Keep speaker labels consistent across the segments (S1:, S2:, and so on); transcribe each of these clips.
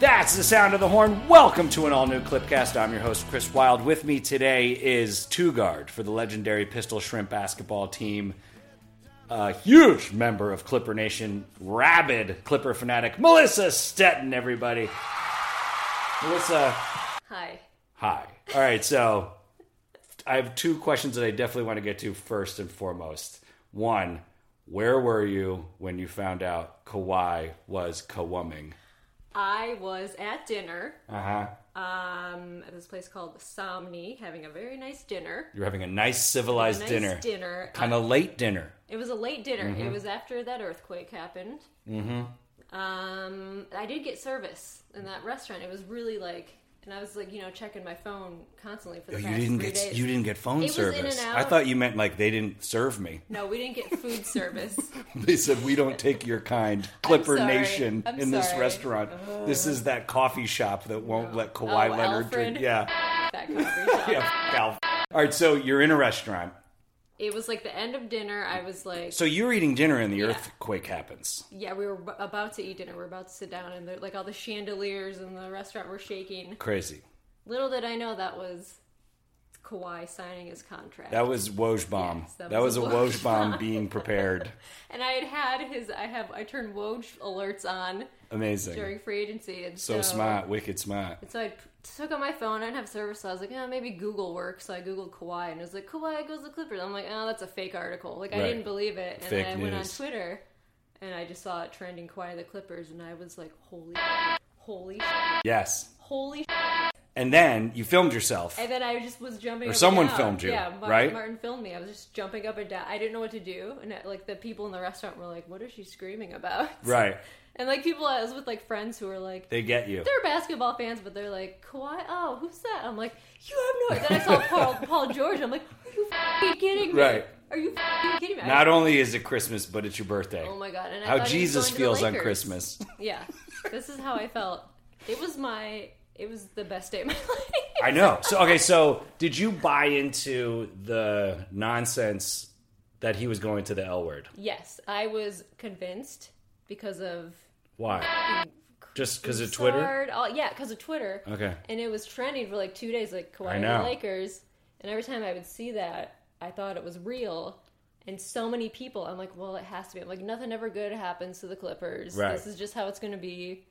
S1: That's the sound of the horn. Welcome to an all new Clipcast. I'm your host, Chris Wild. With me today is Tugard for the legendary Pistol Shrimp basketball team. A huge member of Clipper Nation, rabid Clipper fanatic, Melissa Stetton, everybody. Melissa,
S2: Hi.
S1: Hi. All right, so I have two questions that I definitely want to get to first and foremost. One, where were you when you found out Kawhi was Kawumming?
S2: I was at dinner
S1: Uh huh.
S2: um, at this place called Somni, having a very nice dinner.
S1: You were having a nice civilized
S2: nice
S1: dinner. Mm-hmm.
S2: dinner.
S1: Kind of late dinner.
S2: It was a late dinner. It was after that earthquake happened. Mm-hmm. Um, I did get service in that restaurant. It was really like, and I was like, you know, checking my phone constantly for the
S1: Oh, You
S2: past
S1: didn't
S2: three
S1: get
S2: days.
S1: you didn't get phone
S2: It was in and
S1: service.
S2: out.
S1: I thought you meant like they didn't serve me.
S2: No, we didn't get food service.
S1: They said we don't take your kind, Clipper
S2: sorry.
S1: Nation,
S2: I'm
S1: in this
S2: sorry.
S1: restaurant. This is that coffee shop that won't let Kawhi
S2: Oh,
S1: Leonard drink.
S2: Alfred.
S1: Yeah.
S2: that coffee shop.
S1: Yeah, f- Alf. All right, so you're in a restaurant.
S2: It was like the end of dinner. I was like,
S1: So you're eating dinner and the earthquake happens.
S2: yeah, we were ab- about to eat dinner. We We're about to sit down, and the, like all the chandeliers in the restaurant were shaking.
S1: Crazy.
S2: Little did I know that was Kawhi signing his contract.
S1: That was Woj bomb.
S2: Yes,
S1: that, was, a Woj bomb being prepared.
S2: and I had had his. I have. I turned Woj alerts on
S1: Amazing.
S2: during free agency. And
S1: so,
S2: so,
S1: smart, wicked smart.
S2: So I took out my phone. I didn't have service. So I was like, oh, maybe Google works. So I googled Kawhi, and it was like Kawhi goes to Clippers. I'm like, oh, that's a fake article. Like
S1: Right.
S2: I didn't believe it. And
S1: Fake
S2: then I went on
S1: news.
S2: Twitter, and I just saw it trending Kawhi to the Clippers, and I was like, holy, holy,
S1: Yes.
S2: holy.
S1: And then you filmed yourself.
S2: And then I just was jumping. Or
S1: someone filmed you,
S2: yeah, Martin,
S1: right?
S2: Martin filmed me. I was just jumping up and down. I didn't know what to do, and uh, like the people in the restaurant were like, "What is she screaming about?"
S1: Right.
S2: And like people, I was with like friends who were like,
S1: They get you.
S2: they're basketball fans, but they're like, Kawhi, oh, who's that? I'm like, you have no idea. Then I saw Paul, Paul George. I'm like, are you f***ing kidding me?
S1: Right.
S2: Are you f***ing kidding me? I-
S1: Not only is it Christmas, but it's your birthday.
S2: oh my god! And I
S1: How
S2: thought he was
S1: Jesus
S2: going to the
S1: feels on
S2: Lakers.
S1: Christmas.
S2: Yeah, this is how I felt. It was my. It was the best day of my life.
S1: I know. So okay, so did you buy into the nonsense that he was going to the L word?
S2: Yes, I was convinced because of
S1: Why? Just because of Twitter?
S2: Broussard, all- yeah, because of Twitter.
S1: Okay.
S2: And it was trending for like two days, like
S1: I
S2: Kawhi and
S1: know.
S2: the Lakers. And every time I would see that, I thought it was real. And so many people, I'm like, well, it has to be. I'm like, nothing ever good happens to the Clippers.
S1: Right.
S2: This is just how it's going to be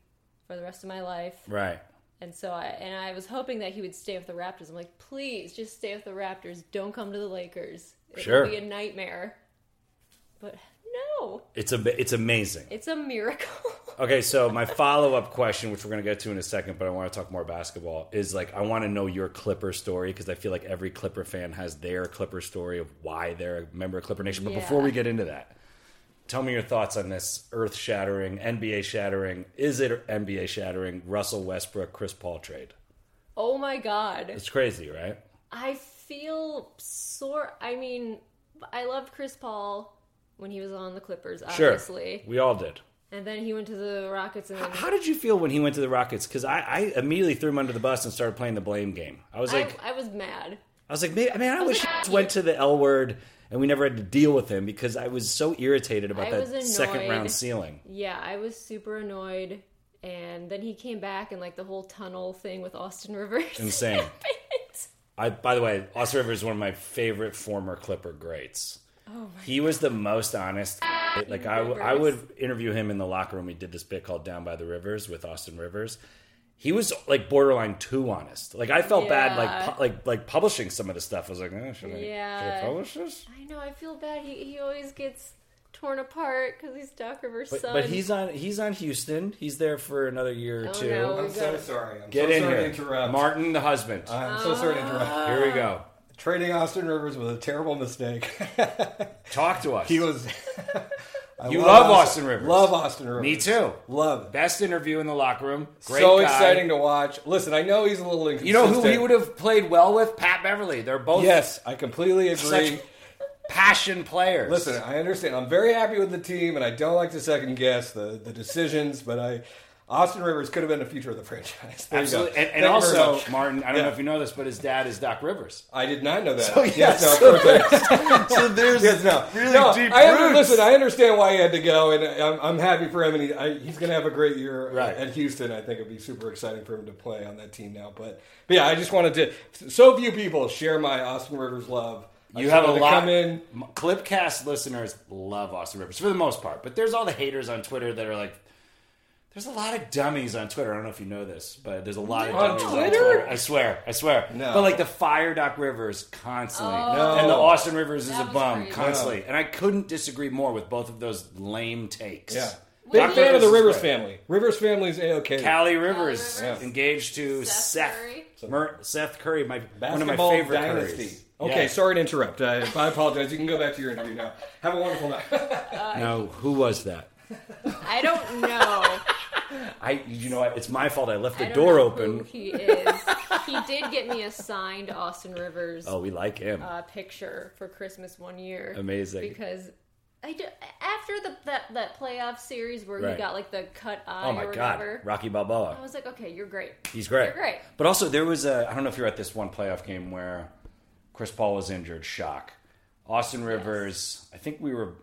S2: for the rest of my life.
S1: Right.
S2: And so I and I was hoping that he would stay with the Raptors. I'm like, please, just stay with the Raptors. Don't come to the Lakers. It
S1: Sure.
S2: will be a nightmare. But no,
S1: It's a it's amazing.
S2: it's a miracle.
S1: Okay, so my follow up question, which we're going to get to in a second, but I want to talk more basketball, is like I want to know your Clipper story because I feel like every Clipper fan has their Clipper story of why they're a member of Clipper Nation. But
S2: Yeah.
S1: before we get into that, tell me your thoughts on this earth shattering, NBA shattering. Is it NBA shattering? Russell Westbrook, Chris Paul trade.
S2: oh my god.
S1: It's crazy, right?
S2: I feel sore. I mean, I loved Chris Paul when he was on the Clippers, obviously,
S1: Sure. We all did.
S2: and then he went to the Rockets, and then
S1: How did you feel when he went to the Rockets? Because I, I immediately threw him under the bus and started playing the blame game. I was like,
S2: I, I was mad.
S1: I was like, man, I, mean, I, wish
S2: like,
S1: he went to the L word and we never had to deal with him because I was so irritated about
S2: I
S1: that
S2: was
S1: second
S2: annoyed.
S1: round ceiling.
S2: Yeah, I was super annoyed, and then he came back, and like the whole tunnel thing with Austin Rivers.
S1: Insane.
S2: happened.
S1: I, by the way, Austin Rivers is one of my favorite former Clipper greats. Oh my he was the most honest. Like I, w- I
S2: Rivers.
S1: would interview him in the locker room. We did this bit called "Down by the Rivers" with Austin Rivers. He was like borderline too honest. Like I felt bad,
S2: Yeah.
S1: like pu- like like publishing some of the stuff. I was like, eh, should, I, should I
S2: Yeah.
S1: publish this?
S2: I know. I feel bad. He he always gets torn apart because he's Doc Rivers'
S1: But,
S2: son.
S1: but he's on he's on Houston. He's there for another year or
S2: Oh,
S1: two.
S2: no.
S3: I'm so sorry. I'm
S1: Get
S3: so
S1: in
S3: sorry
S1: here.
S3: to interrupt. Uh,
S1: Martin, the husband.
S3: I'm so sorry to interrupt.
S1: here we go.
S3: Trading Austin Rivers was a terrible mistake.
S1: Talk to us.
S3: he was. I
S1: You love Austin Rivers.
S3: Love Austin Rivers.
S1: Me too.
S3: Love.
S1: Best interview in the locker room. Great
S3: so
S1: guy.
S3: exciting to watch. Listen, I know he's a little
S1: You
S3: inconsistent.
S1: know who he would have played well with? Pat Beverly. They're both
S3: Yes, I completely agree.
S1: such passion players.
S3: Listen, I understand. I'm very happy with the team, and I don't like to second guess the, the decisions, but I Austin Rivers could have been the future of the franchise. There you go.
S1: Absolutely. And,
S3: Thank
S1: and
S3: you very
S1: also,
S3: much.
S1: Martin, I don't
S3: Yeah.
S1: know if you know this, but his dad is Doc Rivers.
S3: I did not know that.
S1: So, yes.
S3: yes, no, perfect.
S1: So there's
S3: Yes, no.
S1: really
S3: No,
S1: deep
S3: I under-
S1: roots.
S3: listen, I understand why he had to go, and I'm, I'm happy for him. And he, I, he's going to have a great year at-
S1: Right.
S3: at Houston. I think it'd be super exciting for him to play on that team now. But, but yeah, I just wanted to. So few people share my Austin Rivers love. I
S1: you
S3: just
S1: have a
S3: wanted to
S1: lot.
S3: Come in.
S1: M- Clipcast listeners love Austin Rivers for the most part, but there's all the haters on Twitter that are like, there's a lot of dummies on Twitter. I don't know if you know this, but there's a lot of
S3: On
S1: dummies
S3: Twitter?
S1: on Twitter. I swear, I swear.
S3: No. Oh.
S1: But like the fire Doc Rivers constantly,
S3: No.
S1: and the Austin Rivers is
S2: That
S1: a
S2: was
S1: bum
S2: crazy.
S1: constantly, and I couldn't disagree more with both of those lame takes.
S3: Yeah.
S2: Well,
S3: Big
S1: Doc
S2: yeah.
S3: fan of the
S1: is
S3: Rivers
S1: great.
S3: family. Rivers family's a okay.
S1: Callie Rivers,
S2: Rivers.
S3: Yeah.
S1: engaged to Seth
S2: Seth
S1: Curry.
S2: Curry.
S1: Seth Curry, my one of my
S3: Basketball
S1: favorite
S3: dynasty.
S1: Currys.
S3: Okay,
S1: Yeah.
S3: sorry to interrupt. I, I apologize. You can go back to your interview now. Have a wonderful night.
S1: Now, who was that?
S2: I don't know.
S1: I, you know, what? it's my fault. I left
S2: I
S1: the
S2: don't
S1: door
S2: know Who
S1: open.
S2: he is. he did get me a signed Austin Rivers
S1: Oh, we like him.
S2: uh, picture for Christmas one year.
S1: Amazing.
S2: Because I d- after the that that playoff series where
S1: Right.
S2: you got like the cut eye
S1: oh my
S2: or
S1: God,
S2: whatever,
S1: Rocky
S2: I
S1: Balboa.
S2: was like, okay, you're great.
S1: He's great.
S2: Oh, You're great.
S1: But also, there was a. I don't know if you were at this one playoff game where Chris Paul was injured. Shock. Austin Rivers. I think we were.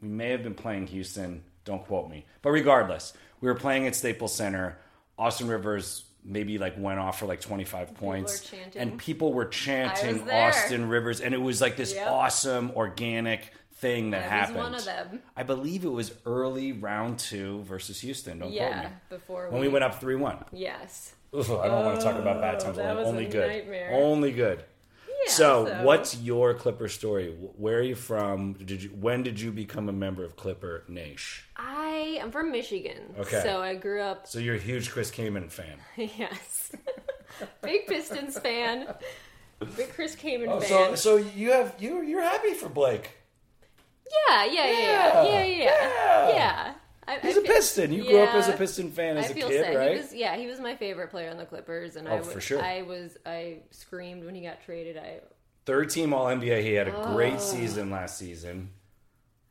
S1: We may have been playing Houston. Don't quote me. But regardless, we were playing at Staples Center. Austin Rivers maybe like went off for like 25 points
S2: were chanting.
S1: and people were chanting
S2: there.
S1: Austin Rivers and it was like this
S2: Yep.
S1: awesome organic thing that
S2: I
S1: happened.
S2: was one of them.
S1: I believe it was early round two versus Houston. Don't quote
S2: Yeah,
S1: me.
S2: before
S1: When we went up three one.
S2: Yes.
S1: I don't want to talk about bad times.
S2: Oh,
S1: alone.
S2: that was a
S1: Only good.
S2: nightmare.
S1: Only good.
S2: Yeah,
S1: so, what's your Clipper story? Wh- Where are you from? Did you? When did you become a member of Clipper Nation?
S2: I am from Michigan.
S1: Okay.
S2: So I grew up
S1: So you're a huge Chris Kaman fan.
S2: Yes. Big Pistons fan. Big Chris
S1: So,
S2: Kaman fan.
S1: Oh, so you have you you're happy for Blake.
S2: yeah, yeah, yeah, yeah, yeah,
S1: Yeah.
S2: yeah. yeah. I,
S1: He's
S2: I
S1: a
S2: feel-
S1: Piston. You grew up as a
S2: yeah.
S1: Piston fan
S2: I
S1: as a
S2: feel
S1: kid,
S2: sad.
S1: right?
S2: He was, yeah, he was my favorite player on the Clippers, and I
S1: Oh,
S2: was,
S1: for sure.
S2: I was, I screamed when he got traded. I
S1: Third team All NBA. He had a
S2: Oh.
S1: great season last season.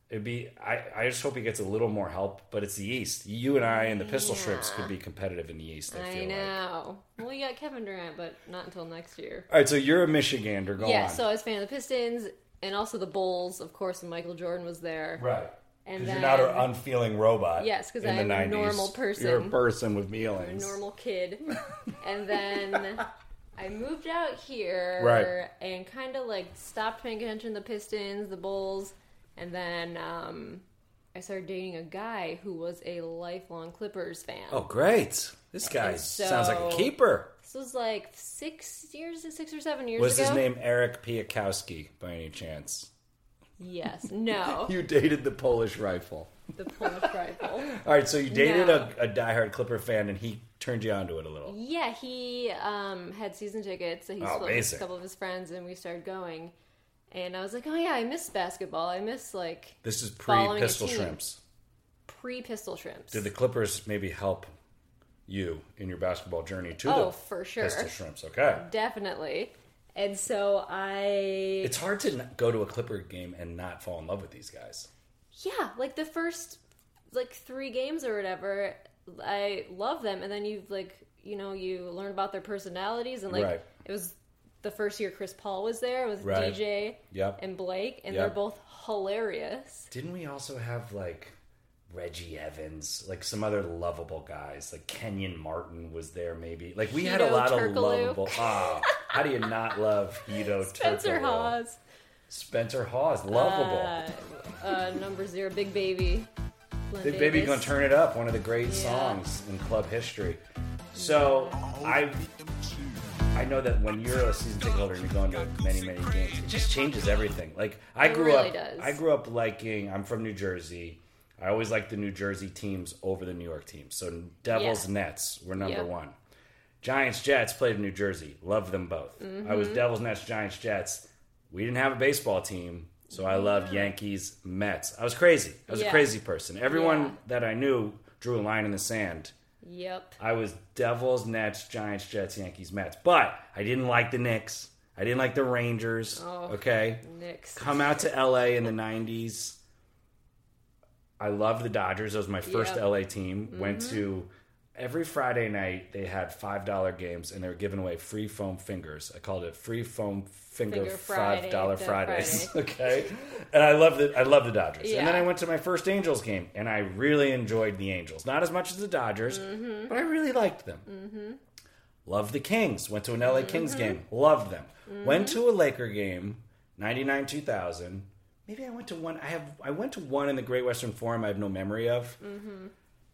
S1: It'd be I, I just hope he gets a little more help, but it's the East. You and I and the Pistol Shrips could be competitive in the East. I,
S2: I
S1: feel like.
S2: know. Well, you got Kevin Durant, but not until next year.
S1: All right, so you're a Michigander. Go
S2: yeah,
S1: on.
S2: so I was a fan of the Pistons and also the Bulls, of course. And Michael Jordan was there.
S1: right.
S2: And
S1: Because you're not
S2: then-
S1: an unfeeling robot.
S2: Yes, 'cause
S1: in
S2: I
S1: the
S2: am a
S1: 90s.
S2: normal person.
S1: You're a person with feelings.
S2: normal kid. and then I moved out here
S1: Right.
S2: and kind of like stopped paying attention to the Pistons, the Bulls, and then um, I started dating a guy who was a lifelong Clippers fan.
S1: Oh, great! This guy
S2: And so-
S1: sounds like a keeper.
S2: This was like six years, six or seven years
S1: Was
S2: ago.
S1: his name Eric Piakowski by any chance?
S2: Yes. No.
S1: You dated the Polish rifle.
S2: the Polish rival.
S1: All right, so you dated
S2: No.
S1: a, a diehard Clipper fan, and he turned you onto it a little.
S2: Yeah, he um, had season tickets that he
S1: Oh,
S2: split with
S1: amazing.
S2: a couple of his friends, and we started going. And I was like, oh yeah, I miss basketball. I miss like
S1: This is
S2: Following
S1: pre
S2: a
S1: Pistol
S2: team.
S1: Shrimps.
S2: pre pistol shrimps.
S1: Did the Clippers maybe help you in your basketball journey to
S2: Oh,
S1: the
S2: for sure.
S1: Pistol Shrimps? Okay.
S2: Definitely. And so I,
S1: It's hard to n- go to a Clipper game and not fall in love with these guys.
S2: yeah, like the first like three games or whatever, I love them, and then you like you know you learn about their personalities and like
S1: Right.
S2: it was the first year Chris Paul was there with
S1: Right.
S2: DJ
S1: Yep.
S2: and Blake, and
S1: Yep.
S2: they're both hilarious.
S1: Didn't we also have like Reggie Evans, like some other lovable guys, like Kenyon Martin was there maybe. Like we had a
S2: Hedo
S1: lot of
S2: Turkoglu.
S1: lovable. Ah, how do you not love Hito
S2: Spencer Hawes,
S1: Spencer Hawes, lovable.
S2: uh, uh, number zero, Big Baby. Glenn
S1: Big Baby
S2: Davis.
S1: Gonna Turn It Up, one of the great
S2: Yeah.
S1: songs in club history. So I I know that when you're a season ticket holder and you're going to many, many games, it just changes everything. Like I
S2: It
S1: grew
S2: really
S1: up
S2: does.
S1: I grew up liking I'm from New Jersey. I always liked the New Jersey teams over the New York teams. So Devils
S2: Yeah.
S1: Nets were number
S2: Yep.
S1: one. Giants Jets played in New Jersey. Loved them both. I was
S2: Mm-hmm.
S1: Devils Nets Giants Jets. We didn't have a baseball team, so I loved Yankees Mets. I was crazy. I was a
S2: Yeah.
S1: crazy person. Everyone
S2: Yeah.
S1: that I knew drew a line in the sand.
S2: Yep.
S1: I was Devils Nets Giants Jets Yankees Mets, but I didn't like the Knicks. I didn't like the Rangers.
S2: Oh.
S1: Okay,
S2: Next.
S1: come out to LA in the '90s. I loved the Dodgers. That was my first
S2: Yep. Mm-hmm.
S1: LA team. Went to every Friday night they had five dollar games and they were giving away free foam fingers. I called it free foam finger,
S2: Finger Friday,
S1: five dollar
S2: the
S1: Fridays. okay, and I love the I love the Dodgers. And then
S2: Yeah.
S1: I went to my first Angels game and I really enjoyed the Angels, not as much as the Dodgers, but I really liked them. Loved the Kings. Went to an LA Kings game. Loved them. Went to a Laker game, 99 2000. Maybe I went to one. I have I went to one in the Great Western Forum. I have no memory of.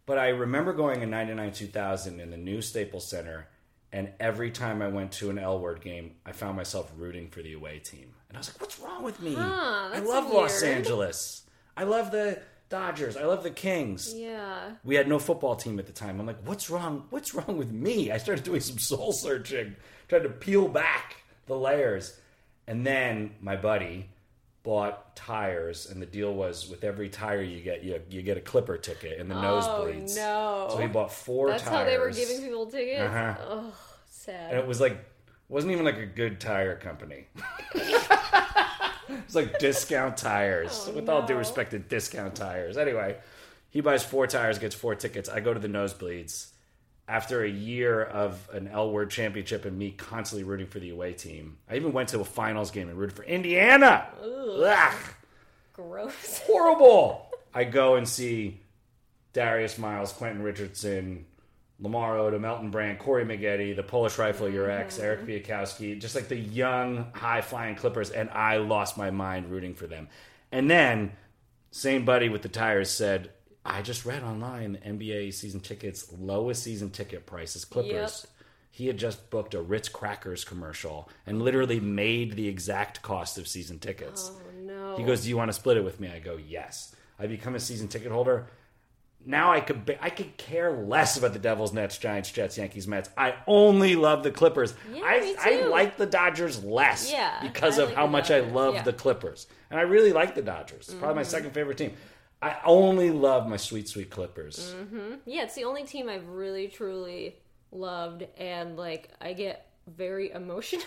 S1: But I remember going in 99 2000 in the new Staples Center, and every time I went to an L Word game, I found myself rooting for the away team. And I was like, what's wrong with me? I
S2: that's
S1: love Los
S2: weird.
S1: Angeles. I love the Dodgers. I love the Kings.
S2: Yeah.
S1: We had no football team at the time. I'm like, what's wrong? What's wrong with me? I started doing some soul searching, tried to peel back the layers. And then my buddy bought tires, and the deal was with every tire you get, you, you get a clipper ticket and the nosebleeds.
S2: Oh, no.
S1: So he bought four
S2: Oh. That's
S1: tires.
S2: how they were giving people tickets.
S1: Uh-huh.
S2: Oh,
S1: And it
S2: sad.
S1: was like, wasn't even like a good tire company. it's like discount tires.
S2: Oh,
S1: with all due
S2: no.
S1: respect to discount tires. Anyway, he buys four tires, gets four tickets. I go to the nosebleeds. After a year of an L word championship and me constantly rooting for the away team, I even went to a finals game and rooted for Indiana. Ugh.
S2: Gross.
S1: Horrible. I go and see Darius Miles, Quentin Richardson, Lamar Odom, Elton Brand, Corey Maggette, the Polish Rifle, your ex, Eric Biakowski, just like the young, high flying Clippers, and I lost my mind rooting for them. And then, same buddy with the tires said, I just read online NBA season tickets, lowest season ticket prices, Clippers. He had just booked a Ritz Crackers commercial and literally made the exact cost of season tickets.
S2: Oh no.
S1: He goes, "Do you want to split it with me?" I go, "Yes." I become a season ticket holder. Now I could ba- I could care less about the Devils, Nets, Giants, Jets, Yankees, Mets. I only love the Clippers.
S2: Yeah,
S1: I
S2: me
S1: I
S2: too.
S1: like the Dodgers less
S2: Yeah,
S1: because
S2: I
S1: of
S2: like
S1: how
S2: the
S1: much I
S2: Dodgers.
S1: love
S2: Yeah. Mm-hmm.
S1: the Clippers, and I really like the Dodgers. It's Probably my second favorite team. I only love my sweet sweet Clippers.
S2: Mm-hmm. Yeah, it's the only team I've really truly loved, and like I get very emotional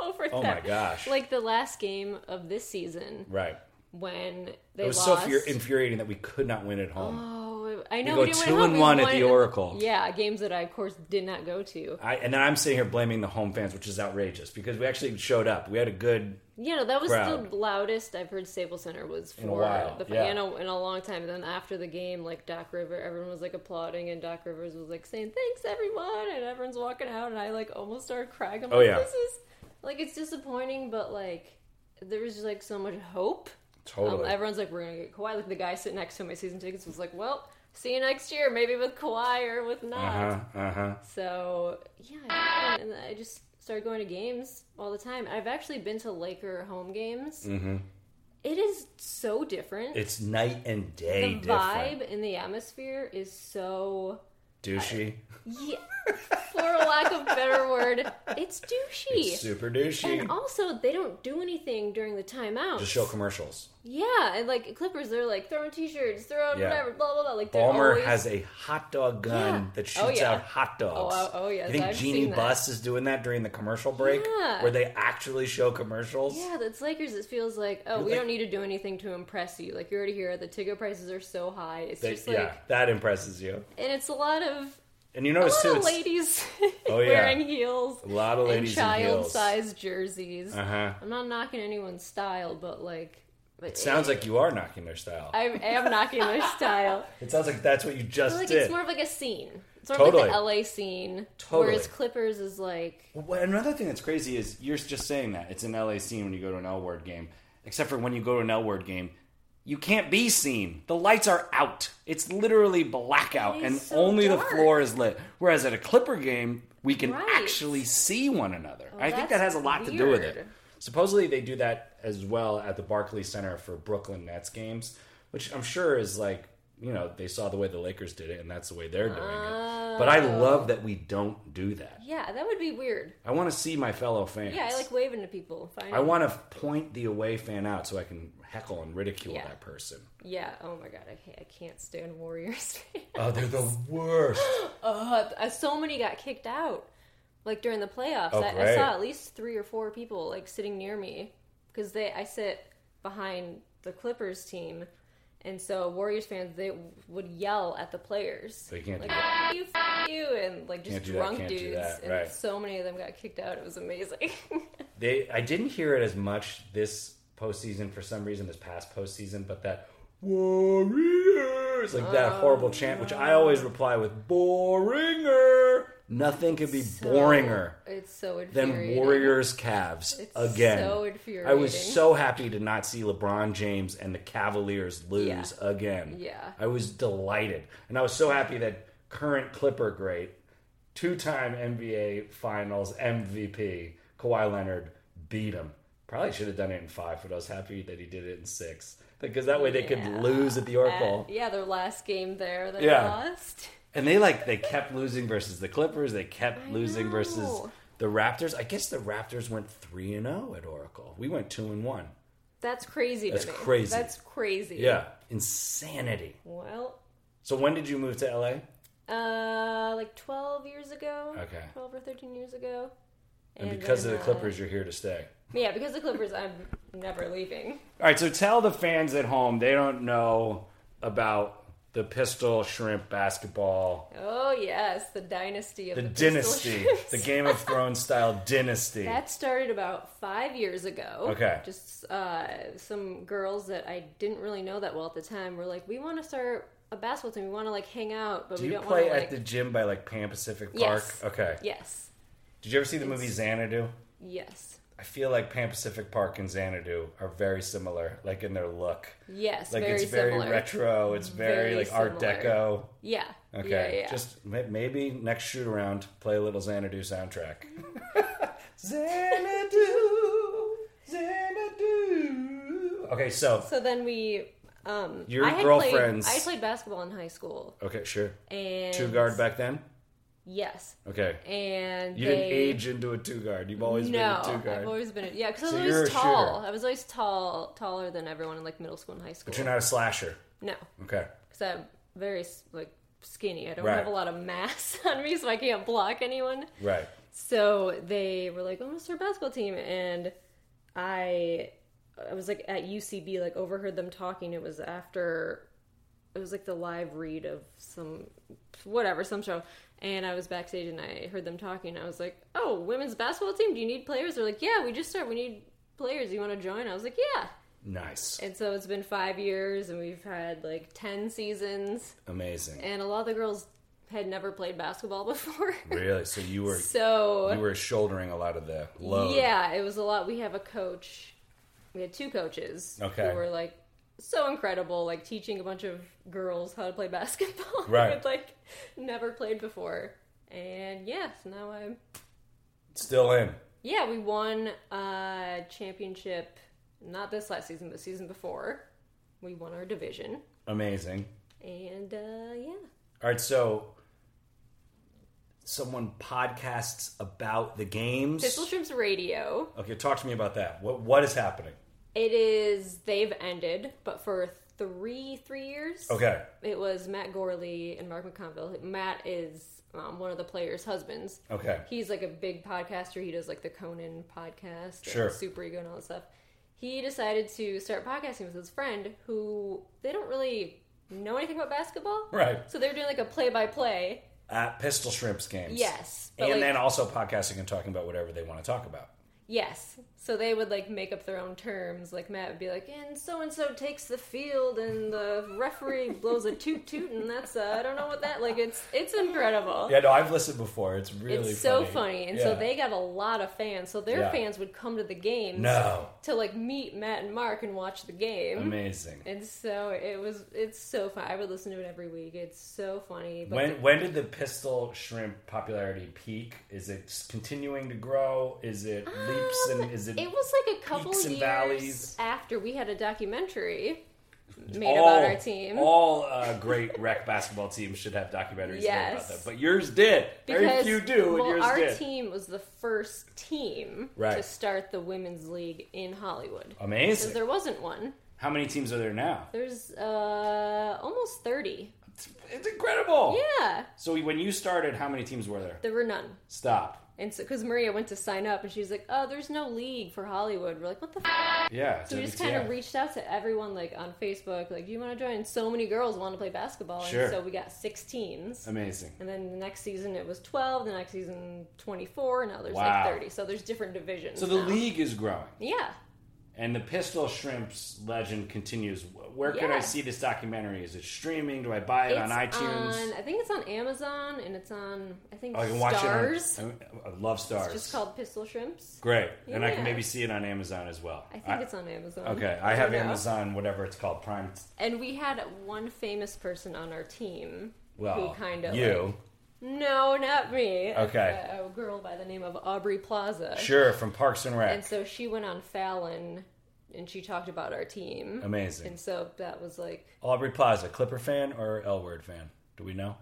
S2: over
S1: Oh my
S2: that.
S1: gosh!
S2: Like the last game of this season
S1: right.
S2: when they
S1: It was so
S2: lost.
S1: fur- infuriating that we could not win at home.
S2: oh, it- I know.
S1: go
S2: we didn't win
S1: two
S2: home,
S1: and
S2: we
S1: one at
S2: won-
S1: the Oracle.
S2: Yeah, games that I of course did not go to.
S1: I, and then I'm sitting here blaming the home fans, which is outrageous because we actually showed up. We had a good
S2: You know, that was
S1: Crowd.
S2: the loudest I've heard Staples Center was for
S1: a while,
S2: the
S1: yeah.
S2: you know in a long time. And then after the game, like Doc River, everyone was like applauding, and Doc Rivers was like saying thanks everyone, and everyone's walking out, and I like almost started crying. I'm
S1: Oh,
S2: like,
S1: yeah.
S2: this is like it's disappointing, but like there was just like so much hope.
S1: totally.
S2: Um, everyone's like, we're gonna get Kawhi. Like the guy sitting next to my season tickets was like, well, see you next year, maybe with Kawhi or with not.
S1: Uh huh. Uh huh.
S2: So yeah, I- and I just started going to games all the time. I've actually been to Laker home games. It is so different.
S1: Mm-hmm. It's night and
S2: the
S1: day
S2: vibe
S1: different.
S2: and the atmosphere is so
S1: Douchey.
S2: yeah, for lack of better word, it's douchey.
S1: It's super douchey.
S2: and also, they don't do anything during the timeout.
S1: Just show commercials.
S2: yeah, and like Clippers, they're like throwing t-shirts, throwing
S1: Yeah.
S2: whatever, blah blah blah. Like they're
S1: Balmer
S2: always,
S1: has a hot dog gun
S2: Yeah.
S1: that
S2: Oh,
S1: shoots
S2: yeah.
S1: out hot dogs.
S2: Oh, oh, oh, yes,
S1: You think
S2: I've
S1: Genie
S2: seen that.
S1: Bus is doing that during the commercial break,
S2: Yeah.
S1: where they actually show commercials?
S2: Yeah, that's Lakers. It feels like oh,
S1: You're
S2: we
S1: like-
S2: don't need to do anything to impress you. Like you're already here. The ticket prices are so high. It's
S1: They-
S2: just like,
S1: yeah, that impresses you.
S2: and it's a lot of
S1: And you
S2: a
S1: notice
S2: lot
S1: too,
S2: of
S1: it's
S2: ladies
S1: Oh, yeah.
S2: wearing heels,
S1: a lot of
S2: and
S1: ladies in heels.
S2: child-sized jerseys.
S1: Uh huh.
S2: I'm not knocking anyone's style, but like, but it
S1: Sounds like you are knocking their style.
S2: I am knocking their style.
S1: it sounds like that's what you
S2: But,
S1: just
S2: like
S1: did.
S2: it's more of like a scene. It's more
S1: Totally.
S2: of like the LA scene.
S1: Totally.
S2: Whereas Clippers is like
S1: Well, another thing that's crazy is you're just saying that it's an LA scene when you go to an L word game, except for when you go to an L word game, you can't be seen. The lights are out. It's literally blackout,
S2: It is
S1: and
S2: so
S1: only
S2: dark.
S1: the floor is lit. Whereas at a Clipper game, we can
S2: Right. Oh,
S1: actually see one another. I think that has
S2: that's
S1: a lot to do with it.
S2: weird.
S1: Supposedly, they do that as well at the Barclays Center for Brooklyn Nets games, which I'm sure is like you know they saw the way the Lakers did it, and that's the way they're doing it. But I
S2: Oh.
S1: love that we don't do that.
S2: yeah, that would be weird.
S1: I want to see my fellow fans.
S2: Yeah, I like waving to people. Fine.
S1: I want to point the away fan out so I can heckle and ridicule
S2: Yeah.
S1: that person.
S2: Yeah. Oh my god, I can't, I can't stand Warriors.
S1: Oh, they're the worst.
S2: uh, so many got kicked out, like during the playoffs.
S1: Oh,
S2: I, I
S1: great.
S2: saw at least three or four people like sitting near me because they I sit behind the Clippers team, And so Warriors fans they would yell at the players.
S1: They can't
S2: like,
S1: do
S2: "F you, f you," and like just
S1: Can't do that,
S2: drunk
S1: can't do
S2: dudes.
S1: that,
S2: And
S1: right.
S2: so many of them got kicked out. It was amazing.
S1: They, I didn't hear it as much this postseason for some reason, this past postseason, but that Warriors, like that horrible chant, which I always
S2: Oh.
S1: reply with boringer. Nothing could be boringer
S2: It's so
S1: than
S2: infuriating.
S1: Warriors Cavs
S2: It's
S1: again.
S2: so
S1: I was
S2: infuriating.
S1: so happy to not see LeBron James and the Cavaliers lose
S2: Yeah.
S1: again.
S2: Yeah.
S1: I was delighted. And I was so happy that current Clipper great, two time NBA Finals MVP, Kawhi Leonard, beat him. Probably should have done it in five, but I was happy that he did it in six. Because that way they
S2: Yeah.
S1: could lose at the Oracle.
S2: At- yeah, their last game there they
S1: Yeah.
S2: lost.
S1: And they like they kept losing versus the Clippers. They kept losing versus
S2: know.
S1: the Raptors. I guess the Raptors went three and zero at Oracle. We went two and one.
S2: That's crazy.
S1: That's
S2: to me.
S1: crazy.
S2: That's crazy.
S1: Yeah, insanity.
S2: Well,
S1: So when did you move to LA?
S2: uh, like twelve years ago.
S1: Okay.
S2: Twelve or thirteen years ago.
S1: And because of
S2: then,
S1: the
S2: uh,
S1: Clippers, you're here to stay.
S2: yeah, because of the Clippers, I'm never leaving.
S1: All right. So tell the fans at home they don't know about the Pistol Shrimp basketball,
S2: Oh yes, the dynasty of
S1: the,
S2: the, Pistol
S1: dynasty,
S2: Shrimps.
S1: the Game of Thrones style dynasty.
S2: That started about five years ago.
S1: Okay.
S2: Just uh, some girls that I didn't really know that well at the time were like, "We want to start a basketball team. We want to like hang out, but
S1: Do
S2: we
S1: you
S2: don't
S1: play
S2: want to
S1: at
S2: like."
S1: the gym by like Pan Pacific Park?
S2: Yes.
S1: Okay.
S2: Yes,
S1: Did you ever see the movie Xanadu?
S2: yes,
S1: I feel like Pan Pacific Park and Xanadu are very similar, like in their look.
S2: yes.
S1: Like
S2: very
S1: it's very
S2: similar.
S1: retro. It's very,
S2: Very
S1: like Art
S2: similar.
S1: Deco.
S2: Yeah.
S1: Okay,
S2: Yeah, yeah.
S1: just may- maybe next shoot around, play a little Xanadu soundtrack. Xanadu, Xanadu. Okay, so
S2: so then we. Um,
S1: Your
S2: I had
S1: girlfriends-
S2: Played, I played basketball in high school,
S1: okay, sure.
S2: and
S1: Two guard back then.
S2: Yes,
S1: Okay,
S2: and
S1: you
S2: they,
S1: didn't age into a two guard. You've always
S2: no,
S1: been a two guard,
S2: I've always been a, yeah, because
S1: So
S2: I was
S1: you're a
S2: always tall.
S1: shooter.
S2: I was always tall, taller than everyone in like middle school and high school.
S1: but you're not a slasher.
S2: no,
S1: Okay,
S2: because I'm very like skinny. I don't
S1: Right.
S2: have a lot of mass on me, so I can't block anyone.
S1: right.
S2: So they were like, "Oh, I'm start a basketball team," and I, I was like at UCB, like overheard them talking. It was after, it was like the live read of some, whatever, some show, and I was backstage and I heard them talking. I was like, "Oh, women's basketball team? Do you need players?" They're like, "Yeah, we just start. We need players. You want to join?" I was like, "Yeah."
S1: Nice,
S2: And so it's been five years, and we've had like ten seasons,
S1: amazing.
S2: and a lot of the girls had never played basketball before.
S1: Really? So you were
S2: So
S1: you were shouldering a lot of the load.
S2: Yeah, it was a lot. We have a coach. We had two coaches
S1: Okay.
S2: who were like so incredible, like teaching a bunch of girls how to play basketball. who
S1: Right.
S2: had, like never played before. And yes, now I'm.
S1: Still in.
S2: Yeah, we won a championship. Not this last season, but season before. We won our division,
S1: Amazing.
S2: and uh, yeah,
S1: All right, so someone podcasts about the games.
S2: Pistol Shrimps Radio.
S1: Okay, talk to me about that. What what is happening?
S2: It is they've ended, but for three three years.
S1: Okay,
S2: It was Matt Gorley and Mark McConville. Matt is um, one of the players' husbands.
S1: okay,
S2: He's like a big podcaster. He does like the Conan podcast,
S1: Sure.
S2: and Super Ego, and all that stuff. He decided to start podcasting with his friend, who they don't really know anything about basketball,
S1: right.
S2: so they're doing like a play-by-play.
S1: At Pistol Shrimps games.
S2: Yes, but
S1: and
S2: like,
S1: then also podcasting and talking about whatever they want to talk about.
S2: yes. So they would like make up their own terms. Like Matt would be like, "And so and so takes the field, and the referee blows a toot toot, and that's uh, I don't know what that like. It's it's incredible.
S1: Yeah, no, I've listened before. It's really
S2: it's so funny and so
S1: Yeah.
S2: they got a lot of fans so their
S1: Yeah.
S2: fans would come to the games
S1: No.
S2: to like meet matt and mark and watch the game
S1: amazing.
S2: and so it was it's so fun i would listen to it every week it's so funny but
S1: When when did the Pistol Shrimp popularity peak? Is it continuing to grow? Is it leaps and is
S2: Um, it was like a couple
S1: peaks
S2: years
S1: and valleys?
S2: after we had a documentary made
S1: all,
S2: about our team
S1: All uh, great rec basketball teams should have documentaries made about
S2: Yes.
S1: them, but yours did. Very
S2: because
S1: few do,
S2: well,
S1: and yours
S2: our
S1: did.
S2: team was the first team
S1: Right. Oh,
S2: to start the women's league in Hollywood because
S1: Amazing.
S2: there wasn't one.
S1: How many teams are there now?
S2: There's uh, almost thirty.
S1: It's, it's incredible.
S2: Yeah,
S1: So when you started, how many teams were there?
S2: There were none.
S1: Stop.
S2: And so, because Maria went to sign up, and she's like, "Oh, there's no league for Hollywood." We're like, "What the?" F-?
S1: Yeah.
S2: So we just
S1: WTF.
S2: kind of reached out to everyone, like on Facebook, like, "Do you want to join?" And so many girls want to play basketball,
S1: Sure.
S2: and so we got six teams.
S1: Amazing.
S2: And then the next season it was 12, the next season 24, and now there's
S1: Wow.
S2: like 30. So there's different divisions.
S1: So the
S2: now.
S1: league is growing,
S2: Yeah.
S1: and the Pistol Shrimps legend continues. Where could
S2: Yeah.
S1: I see this documentary? Is it streaming? Do I buy it on iTunes?
S2: on- I think it's on Amazon and it's on, I think,
S1: Oh, I can watch
S2: Stars.
S1: it. On, I I love Stars.
S2: It's just called Pistol Shrimps.
S1: Great, and I can
S2: Yeah.
S1: maybe see it on Amazon as well.
S2: I think
S1: I-
S2: it's on Amazon.
S1: Okay, I have
S2: don't know.
S1: Amazon, whatever it's called, Prime.
S2: And we had one famous person on our team
S1: Well,
S2: who kind of.
S1: you
S2: no, not me.
S1: Okay.
S2: A, a girl by the name of Aubrey Plaza.
S1: sure from Parks and Rec?
S2: And so she went on Fallon and she talked about our team.
S1: Amazing.
S2: And so that was like,
S1: Aubrey Plaza, Clipper fan or L Word fan? Do we know?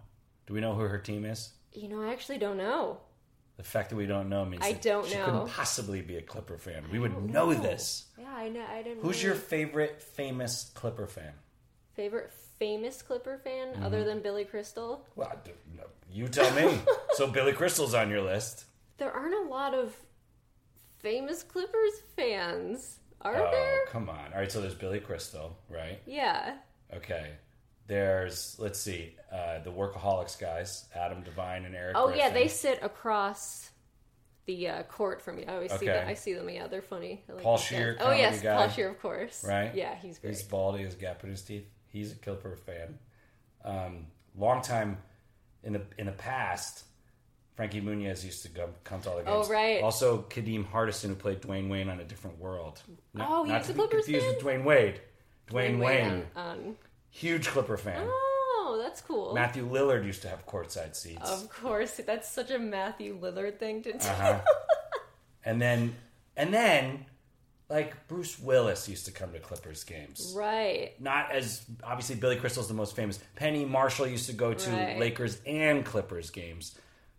S1: Do we know who her team is?
S2: you know, I actually don't know.
S1: The fact that we don't know means
S2: I
S1: that
S2: don't
S1: she
S2: know.
S1: couldn't possibly be a Clipper fan. We would know this.
S2: Oh, Yeah, I know. I didn't.
S1: Who's your
S2: really-
S1: favorite famous Clipper fan?
S2: favorite famous Clipper fan
S1: Mm-hmm.
S2: other than Billy Crystal?
S1: Well, I don't know. you tell me. so Billy Crystal's on your list.
S2: There aren't a lot of famous Clippers fans, are
S1: Oh,
S2: there?
S1: come on. All right, so there's Billy Crystal, right?
S2: Yeah.
S1: Okay. There's let's see, uh, the workaholics guys, Adam Devine and Eric.
S2: Oh yeah,
S1: Griffin.
S2: they sit across the uh, court from me. I always see them.
S1: Okay.
S2: I see them. Yeah, they're funny. I like
S1: Paul
S2: those guys.
S1: Scheer,
S2: Oh
S1: comedy
S2: yes,
S1: guy.
S2: Paul Shear, of course.
S1: Right?
S2: Yeah, he's great.
S1: He's baldy, he's a gap in his teeth. He's a Clipper fan. Um, long time in the in the past, Frankie Muniz used to go, come to all the
S2: Oh,
S1: games.
S2: right.
S1: Also, Kadeem Hardison, who played Dwayne Wayne on A Different World. Not,
S2: Oh, he
S1: not
S2: was
S1: to
S2: a
S1: be
S2: Clippers
S1: confused
S2: fan?
S1: with Dwayne Wade. Dwayne, Wayne,
S2: Wait, on- on-
S1: huge Clipper fan.
S2: Oh, that's cool.
S1: Matthew Lillard used to have courtside seats.
S2: of course, that's such a Matthew Lillard thing to do.
S1: Uh-huh. and then and then like Bruce Willis used to come to Clippers games.
S2: Right.
S1: Not as obviously Billy Crystal's the most famous. Penny Marshall used to go to
S2: Right.
S1: Lakers and Clippers games.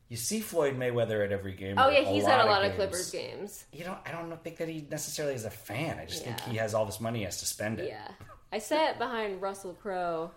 S1: You see Floyd Mayweather at every game.
S2: Oh
S1: or
S2: yeah, he's at a lot of
S1: games.
S2: Clippers games.
S1: You don't. I don't think that he necessarily is a fan. I just
S2: Yeah.
S1: think he has all this money. He has to spend it.
S2: Yeah. I sat behind Russell Crowe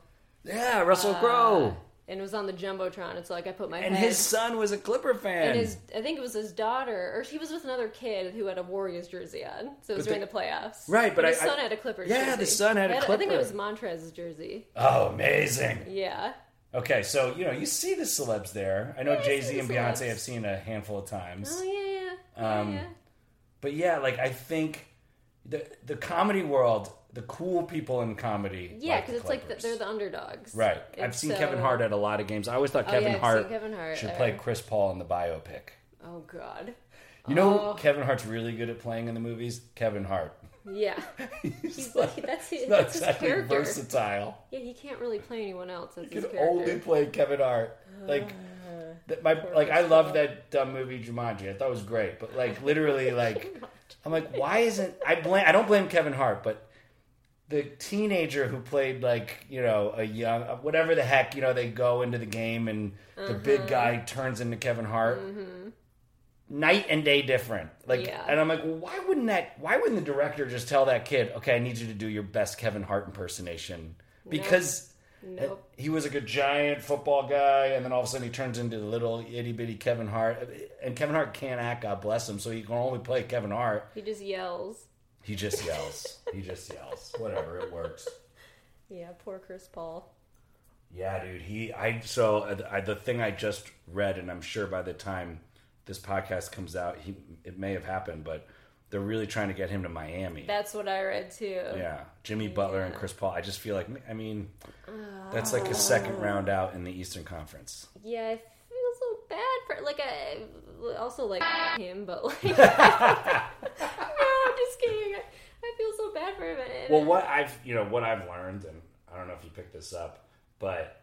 S1: Yeah, Russell
S2: Uh,
S1: Crowe
S2: and was on the Jumbotron. It's like I put my
S1: and
S2: head
S1: his son was a Clipper fan.
S2: and his I think it was his daughter or he was with another kid who had a Warriors jersey on. So it was
S1: But
S2: during the playoffs.
S1: Right, but
S2: And his
S1: I- I-
S2: son had a Clippers
S1: Yeah,
S2: jersey.
S1: the son had a
S2: I think it
S1: Clipper.
S2: was Montrez's jersey.
S1: oh, amazing.
S2: Yeah.
S1: Okay, so you know you see the celebs there. I know
S2: Yeah, I
S1: Jay
S2: see
S1: Z
S2: the
S1: and Beyonce
S2: celebs.
S1: have seen a handful of times,
S2: Oh yeah, yeah.
S1: Um,
S2: yeah, yeah.
S1: but yeah, like I think the the comedy world, the cool people in comedy,
S2: Yeah,
S1: like
S2: because
S1: the
S2: it's like the,
S1: Clippers.
S2: they're the underdogs.
S1: right.
S2: And
S1: I've seen
S2: so-
S1: Kevin Hart at a lot of games. I always thought
S2: Oh,
S1: Kevin,
S2: yeah, I've
S1: Hart
S2: seen Kevin Hart
S1: should
S2: there.
S1: play Chris Paul in the biopic.
S2: Oh god.
S1: You know,
S2: Oh.
S1: Kevin Hart's really good at playing in the movies. Kevin Hart,
S2: Yeah. He's like, that's his,
S1: He's not
S2: that's
S1: exactly
S2: his character.
S1: versatile.
S2: Yeah, he can't really play anyone else as
S1: You
S2: his
S1: can
S2: character.
S1: only play Kevin Hart. Like that my like I
S2: Christopher.
S1: love that dumb movie Jumanji. I thought it was great, but like literally like I'm like why isn't I blame I don't blame Kevin Hart, but the teenager who played like you know a young uh, whatever the heck you know they go into the game and the
S2: Mm-hmm.
S1: big guy turns into Kevin Hart. Night and day different. Like,
S2: Yeah.
S1: and I'm like, well, why wouldn't that? Why wouldn't the director just tell that kid, okay, I need you to do your best Kevin Hart impersonation? Because
S2: Nope.
S1: he was like a giant football guy, and then all of a sudden he turns into the little itty bitty Kevin Hart. And Kevin Hart can't act, God bless him, so he can only play Kevin Hart.
S2: He just yells.
S1: He just yells. he just yells. Whatever, it works.
S2: Yeah, poor Chris Paul.
S1: Yeah, dude. He, I, so uh, I, the thing I just read, and I'm sure by the time this podcast comes out, he, it may have happened, but they're really trying to get him to Miami.
S2: That's what I read too.
S1: yeah, Jimmy Butler and Chris Paul. I just feel like, I mean, that's like his second round out in the Eastern Conference.
S2: Yeah, I feel so bad for like I also like him, but like no, I'm just kidding. I, I feel so bad for him. And
S1: Well, what I've you know what I've learned, and I don't know if you picked this up, but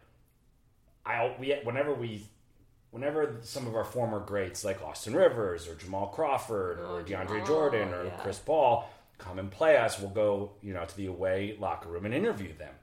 S1: I we whenever we whenever some of our former greats like Austin Rivers or Jamal Crawford or
S2: Oh,
S1: DeAndre
S2: Jamal,
S1: Jordan or
S2: yeah.
S1: Chris Paul come and play us, we'll go you know to the away locker room and interview them.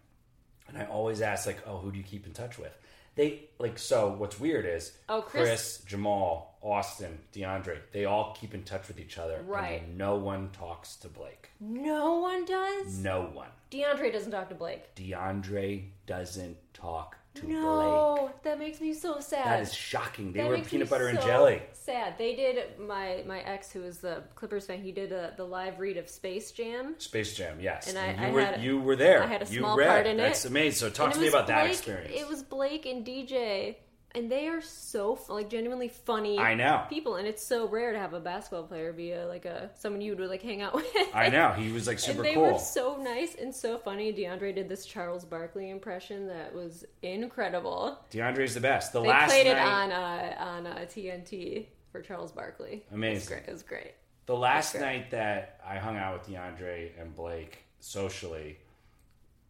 S1: And I always ask like, oh, who do you keep in touch with? They like so. What's weird is
S2: Oh, Chris-
S1: Chris, Jamal, Austin, DeAndre. They all keep in touch with each other. and
S2: Right.
S1: no one talks to Blake.
S2: no one does.
S1: No one.
S2: DeAndre doesn't talk to Blake.
S1: DeAndre doesn't talk to
S2: no,
S1: Blake.
S2: that makes me so sad.
S1: That is shocking. They
S2: That
S1: were
S2: makes
S1: peanut
S2: me
S1: butter and
S2: so
S1: jelly.
S2: Sad. They did my my ex who was the Clippers fan. He did a, the live read of Space Jam.
S1: Space Jam, yes.
S2: And I-
S1: you
S2: I
S1: were
S2: had a-
S1: you were there.
S2: I had a
S1: you
S2: small
S1: read.
S2: part in it.
S1: That's amazing. So talk
S2: And
S1: to
S2: it
S1: me
S2: was
S1: about that
S2: Blake-
S1: experience.
S2: It was Blake and DJ, and they are so fu- like genuinely funny.
S1: I know.
S2: people, and it's so rare to have a basketball player be a, like a someone you would like hang out with.
S1: I know he was like super
S2: and they
S1: cool.
S2: were so nice and so funny. DeAndre did this Charles Barkley impression that was incredible.
S1: DeAndre's the best. The
S2: They
S1: last
S2: played
S1: night,
S2: it on uh, on uh, TNT for Charles Barkley. It was
S1: Amazing.
S2: great. It was great.
S1: the last
S2: Okay.
S1: night that I hung out with DeAndre and Blake socially,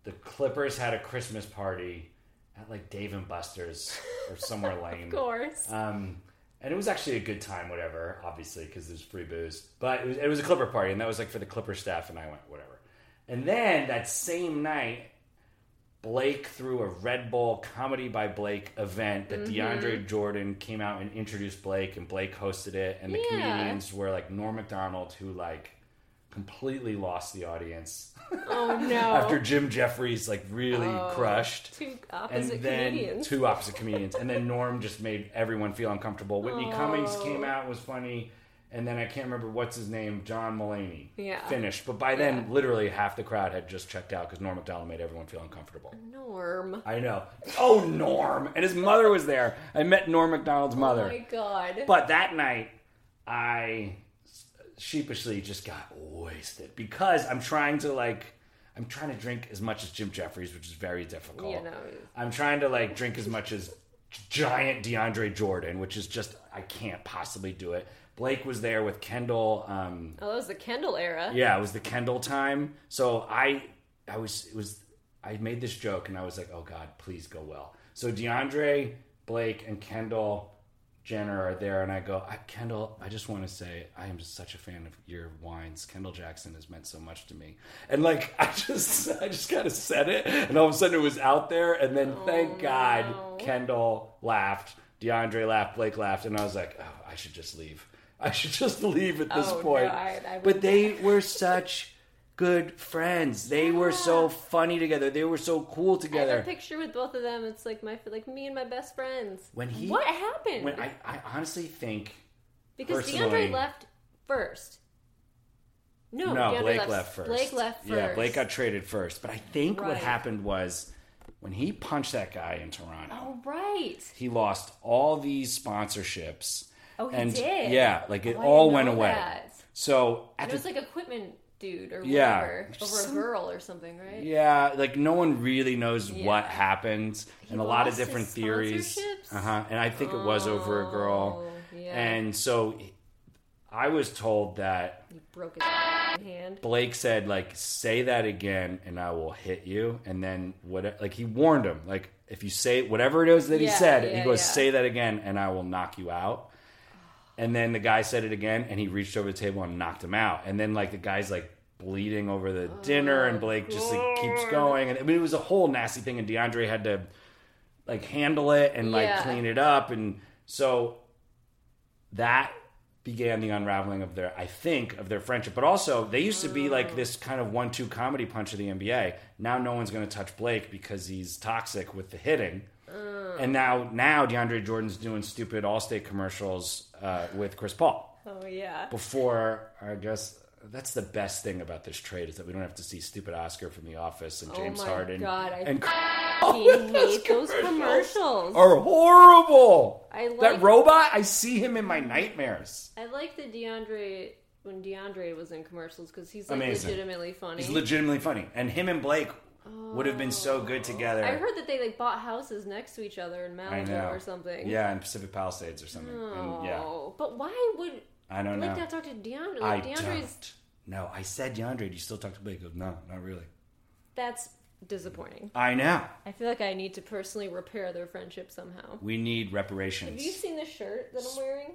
S1: the Clippers had a Christmas party at like Dave and Buster's or somewhere lame.
S2: Of course.
S1: Um, and it was actually a good time, whatever, obviously, because there's free booze. But it was, it was a Clipper party, and that was like for the Clipper staff, and I went, whatever. And then that same night, Blake threw a Red Bull Comedy by Blake event
S2: Mm-hmm.
S1: that DeAndre Jordan came out and introduced Blake, and Blake hosted it. And the
S2: Yeah.
S1: comedians were like Norm MacDonald, who like completely lost the audience
S2: oh no.
S1: after Jim Jeffries like really
S2: Oh.
S1: crushed
S2: two
S1: and
S2: opposite
S1: then
S2: comedians.
S1: two opposite comedians, and then Norm just made everyone feel uncomfortable. Whitney
S2: Oh.
S1: Cummings came out was funny, and then I can't remember what's his name, John Mulaney,
S2: Yeah.
S1: finished. But by then,
S2: Yeah.
S1: literally half the crowd had just checked out because Norm Macdonald made everyone feel uncomfortable.
S2: Norm.
S1: I know. Oh, Norm, and his mother was there. I met Norm Macdonald's mother.
S2: Oh my god.
S1: But that night, I sheepishly just got wasted because I'm trying to like, I'm trying to drink as much as Jim Jeffries, which is very difficult.
S2: You know.
S1: I'm trying to like drink as much as giant DeAndre Jordan, which is just I can't possibly do it. Blake was there with Kendall. Um,
S2: Oh, that was the Kendall era.
S1: yeah, it was the Kendall time. So I, I was, it was, I made this joke and I was like, oh God, please go well. So DeAndre, Blake, and Kendall Jenner are there, and I go, I, Kendall, I just want to say I am just such a fan of your wines. Kendall Jackson has meant so much to me, and like I just, I just kind of said it, and all of a sudden it was out there, and then thank
S2: Oh, no.
S1: God Kendall laughed, DeAndre laughed, Blake laughed, and I was like, oh, I should just leave. I should just leave at this
S2: Oh, no,
S1: point.
S2: I- I
S1: but
S2: would-
S1: they were such good friends. They were so funny together. They were so cool
S2: I have
S1: together.
S2: a picture with both of them. It's like my like me and my best friends.
S1: When he-
S2: what happened?
S1: When I, I honestly think
S2: because
S1: personally-
S2: DeAndre left first. No,
S1: no,
S2: DeAndre
S1: Blake left first.
S2: Blake left first.
S1: Yeah, Blake got traded first. But I think what
S2: Right.
S1: happened was when he punched that guy in Toronto,
S2: Oh right.
S1: he lost all these sponsorships.
S2: Oh, he
S1: and,
S2: did?
S1: Yeah, like it
S2: Oh, I
S1: all
S2: didn't
S1: went
S2: know
S1: away.
S2: that.
S1: So at
S2: It
S1: the
S2: was like equipment dude or
S1: Yeah.
S2: whatever
S1: Just
S2: over a
S1: some-
S2: girl or something, right?
S1: Yeah, like no one really knows what happened, and a lot of
S2: lost his
S1: different theories.
S2: sponsorships?
S1: Uh huh. And I think it was over a girl.
S2: Oh, yeah.
S1: And so, I was told that
S2: He broke his hand.
S1: Blake said, like, say that again, and I will hit you. And then what? Like he warned him, like, if you say whatever it is that he
S2: Yeah,
S1: said, he
S2: yeah,
S1: goes,
S2: yeah.
S1: say that again, and I will knock you out. And then the guy said it again, and he reached over the table and knocked him out. And then like the guy's like bleeding over the dinner, and Blake just like keeps going. And I mean, it was a whole nasty thing, and DeAndre had to like handle it and like
S2: Yeah.
S1: clean it up, and so that began the unraveling of their, I think, of their friendship. But also, they used to be like this kind of one-two comedy punch of the NBA. Now no one's going to touch Blake because he's toxic with the hitting. And now, now DeAndre Jordan's doing stupid Allstate commercials uh, with Chris Paul.
S2: Oh yeah.
S1: Before, I guess that's the best thing about this trade is that we don't have to see stupid Oscar from The Office and James
S2: Oh my
S1: Harden
S2: God, I
S1: and
S2: Fucking hate those commercials.
S1: are horrible.
S2: I
S1: that
S2: like-
S1: robot. I see him in my nightmares.
S2: I like the DeAndre when DeAndre was in commercials because he's like
S1: Amazing.
S2: legitimately funny.
S1: He's legitimately funny, and him and Blake would have been so good together.
S2: Oh, I heard that they like bought houses next to each other in
S1: I
S2: Malibu or something.
S1: Yeah, in Pacific Palisades or something.
S2: Oh,
S1: And, yeah,
S2: but why would
S1: I don't
S2: Blake
S1: know.
S2: not talk to DeAndre?
S1: I
S2: Like, DeAndre's
S1: don't. No, I said DeAndre. Do you still talk to Blake? He goes, no, not really.
S2: that's disappointing.
S1: I know.
S2: I feel like I need to personally repair their friendship somehow.
S1: We need
S2: Have you
S1: reparations.
S2: seen the shirt that I'm wearing?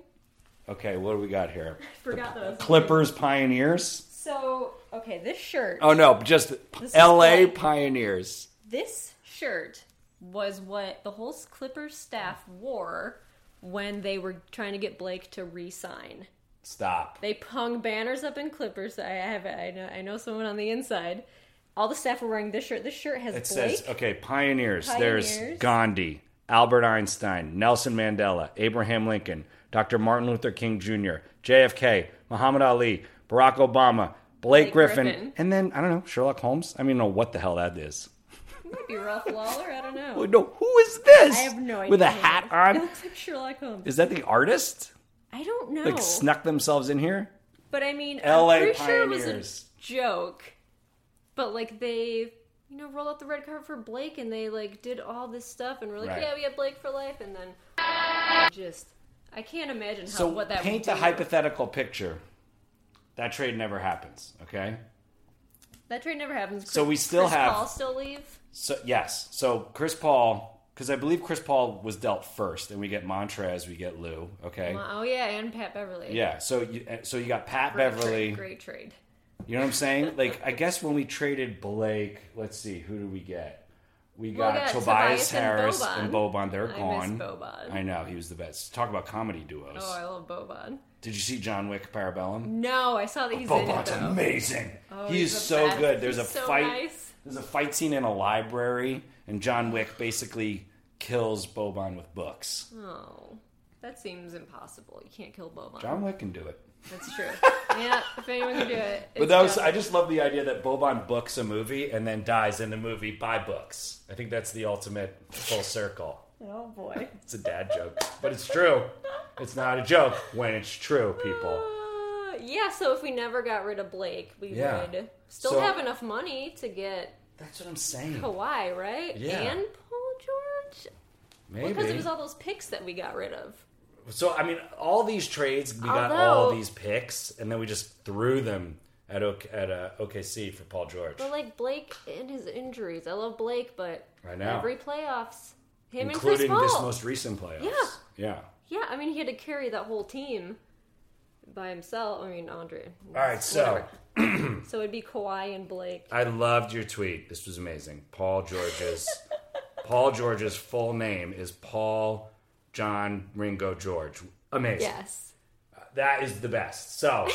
S1: Okay, what do we got here?
S2: I forgot that. I was
S1: Clippers Pioneers.
S2: So okay, this shirt.
S1: Oh no, just
S2: is
S1: L.A.
S2: Blake.
S1: Pioneers.
S2: This shirt was what the whole Clippers staff wore when they were trying to get Blake to re-sign.
S1: Stop.
S2: They hung banners up in Clippers. I have I know I know someone on the inside, All the staff were wearing this shirt. This shirt has
S1: It
S2: Blake.
S1: says, okay, pioneers. There's
S2: Pioneers.
S1: Gandhi, Albert Einstein, Nelson Mandela, Abraham Lincoln, Dr. Martin Luther King Jr., JFK, Muhammad Ali, Barack Obama, Blake,
S2: Blake
S1: Griffin,
S2: Griffin.
S1: and then, I don't know, Sherlock Holmes? I don't even know what the hell that is.
S2: Might be Ralph Lawler. I don't know.
S1: Oh, No, who is this?
S2: I have no idea.
S1: With a
S2: who
S1: hat
S2: it is. That
S1: on?
S2: looks like Sherlock Holmes.
S1: Is that the artist?
S2: I don't know.
S1: Like, snuck themselves in here?
S2: But I mean,
S1: LA
S2: I'm pretty sure it was
S1: Pioneers.
S2: a joke. But like they, you know, rolled out the red carpet for Blake, and they like did all this stuff, and we're like,
S1: Right.
S2: yeah, we have Blake for life, and then just I can't imagine how
S1: So
S2: what that
S1: paint
S2: would
S1: the
S2: do.
S1: hypothetical picture. That trade never happens, okay?
S2: That trade never happens.
S1: So
S2: Chris-
S1: we still
S2: Chris
S1: have-
S2: Paul still leave.
S1: So yes, so Chris Paul, because I believe Chris Paul was dealt first, and we get Montrez, we get Lou. Okay,
S2: Well, oh yeah, and Pat Beverly.
S1: yeah. So you uh, so you got Pat
S2: Great
S1: Beverly.
S2: trade, great trade.
S1: You know what I'm saying? Like I guess when we traded Blake, let's see, who did we get? We
S2: Well,
S1: got
S2: yeah,
S1: Tobias,
S2: Tobias and
S1: Harris
S2: Boban.
S1: and Boban. They're
S2: I
S1: gone.
S2: miss Boban.
S1: I know he was the best. Talk about comedy duos.
S2: Oh, I love Boban.
S1: Did you see John Wick Parabellum?
S2: No, I saw that he's in it
S1: Boban's
S2: though. Oh,
S1: amazing. he's,
S2: he's the
S1: so
S2: best.
S1: good. There's
S2: He's
S1: a
S2: so
S1: fight.
S2: nice.
S1: There's a fight scene in a library, and John Wick basically kills Boban with books.
S2: Oh, that seems impossible. You can't kill Boban.
S1: John Wick can do it.
S2: That's true. yeah, if anyone can do it.
S1: But
S2: it's
S1: that was
S2: John.
S1: I just love the idea that Boban books a movie and then dies in the movie by books. I think that's the ultimate full circle.
S2: Oh boy.
S1: It's a dad joke, but it's true. It's not a joke when it's true, people.
S2: Uh, yeah, so if we never got rid of Blake, we
S1: Yeah.
S2: would still
S1: So-
S2: have enough money to get
S1: That's what I'm saying.
S2: Kawhi, right?
S1: Yeah.
S2: And Paul George?
S1: Maybe.
S2: Because it was all those picks that we got rid of.
S1: so I mean, all these trades, we got all
S2: Although-
S1: these picks, and then we just threw them at o- at uh, OKC for Paul George.
S2: But like Blake and his injuries. I love Blake, but
S1: I know.
S2: every playoffs, him
S1: including
S2: and Chris
S1: this
S2: Paul.
S1: most recent playoffs.
S2: Yeah.
S1: Yeah.
S2: Yeah, I mean he had to carry that whole team by himself. I mean Andre.
S1: All right, so
S2: So it'd be Kawhi and Blake.
S1: I loved your tweet. This was amazing. Paul George's Paul George's full name is Paul John Ringo George. Amazing.
S2: Yes.
S1: That is the best. So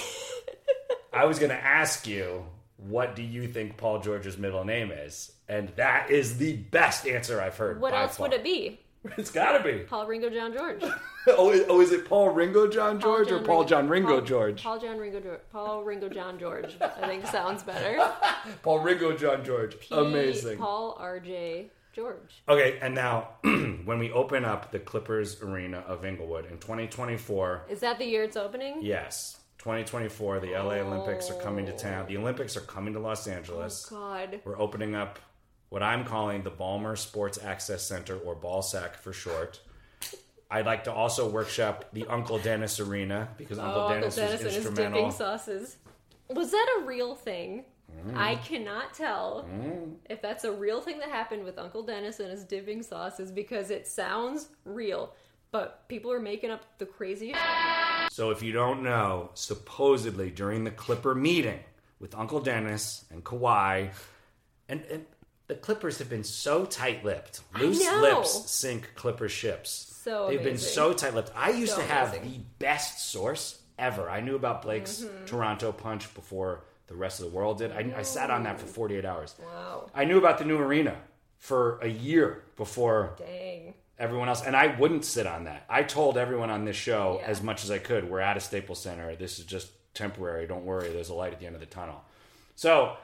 S1: I was going to ask you what do you think Paul George's middle name is? And that is the best answer I've heard.
S2: What else would it be?
S1: be? It's got to be.
S2: Paul Ringo John George.
S1: Oh, is- oh, is it Paul Ringo John
S2: Paul
S1: George or
S2: John
S1: Paul John Ringo
S2: Paul-
S1: George?
S2: Paul John Ringo George. Paul Ringo John George. I think sounds better.
S1: Paul Ringo John George. Amazing.
S2: Paul R.J. George.
S1: Okay, and now when we open up the Clippers Arena of Inglewood in 2024,
S2: Is that the year it's opening?
S1: yes, 2024, the LA Olympics are coming to town. The Olympics are coming to Los Angeles.
S2: God.
S1: We're opening up what I'm calling the Balmer Sports Access Center, or BALSAC for short. I'd like to also workshop the Uncle Dennis Arena because Uncle
S2: Oh,
S1: Dennis was
S2: Uncle Dennis and his
S1: instrumental.
S2: dipping sauces. Was that a real thing?
S1: Mm.
S2: I cannot tell if that's a real thing that happened with Uncle Dennis and his dipping sauces because it sounds real, but people are making up the craziest.
S1: So, if you don't know, supposedly during the Clipper meeting with Uncle Dennis and Kawhi, and, and the Clippers have been so tight lipped. Loose
S2: know.
S1: lips sink Clipper ships.
S2: So
S1: They've been
S2: amazing.
S1: so tight lipped. I used
S2: So
S1: to have
S2: amazing. Mm-hmm.
S1: the best source ever. I knew about Blake's Toronto Punch before the rest of the world did. I, I sat on that for 48 hours.
S2: Wow.
S1: I knew about the new arena for a year before
S2: Dang.
S1: everyone else and i wouldn't sit on that i told everyone on this show
S2: Yeah.
S1: as much as i could we're at a staples center this is just temporary don't worry there's a light at the end of the tunnel so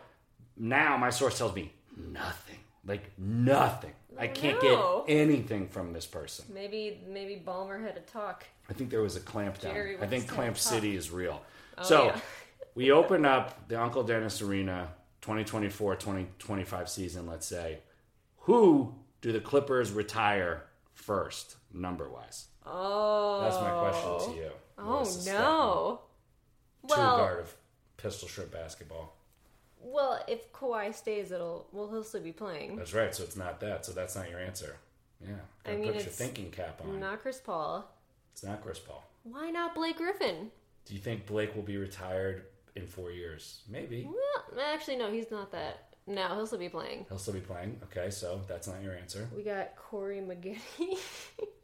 S1: now my source tells me nothing like nothing i can't
S2: Oh, No.
S1: get anything from this person
S2: Maybe maybe Balmer had a talk.
S1: i think there was a clamp down
S2: Jerry
S1: i think
S2: West
S1: clamp
S2: had a talk. Oh,
S1: city is real so
S2: yeah.
S1: we open up the uncle dennis arena 2024-2025 season let's say who do the clippers retire first number wise
S2: Oh.
S1: that's my question to you.
S2: Oh
S1: Melissa Stephanie.
S2: no. Well,
S1: Two guard of pistol shrimp basketball.
S2: well, if Kawhi stays, it'll well he'll still be playing.
S1: That's right. So it's not that. So that's not your answer. Yeah.
S2: I
S1: Gotta
S2: mean,
S1: put your
S2: it's
S1: thinking cap on.
S2: Not Chris Paul.
S1: it's not Chris Paul.
S2: Why not Blake Griffin?
S1: Do you think Blake will be retired in four years? Maybe.
S2: Well, actually, no, he's not that. No, he'll still be playing.
S1: He'll still be playing. Okay, so that's not your answer.
S2: We got Corey McGinney.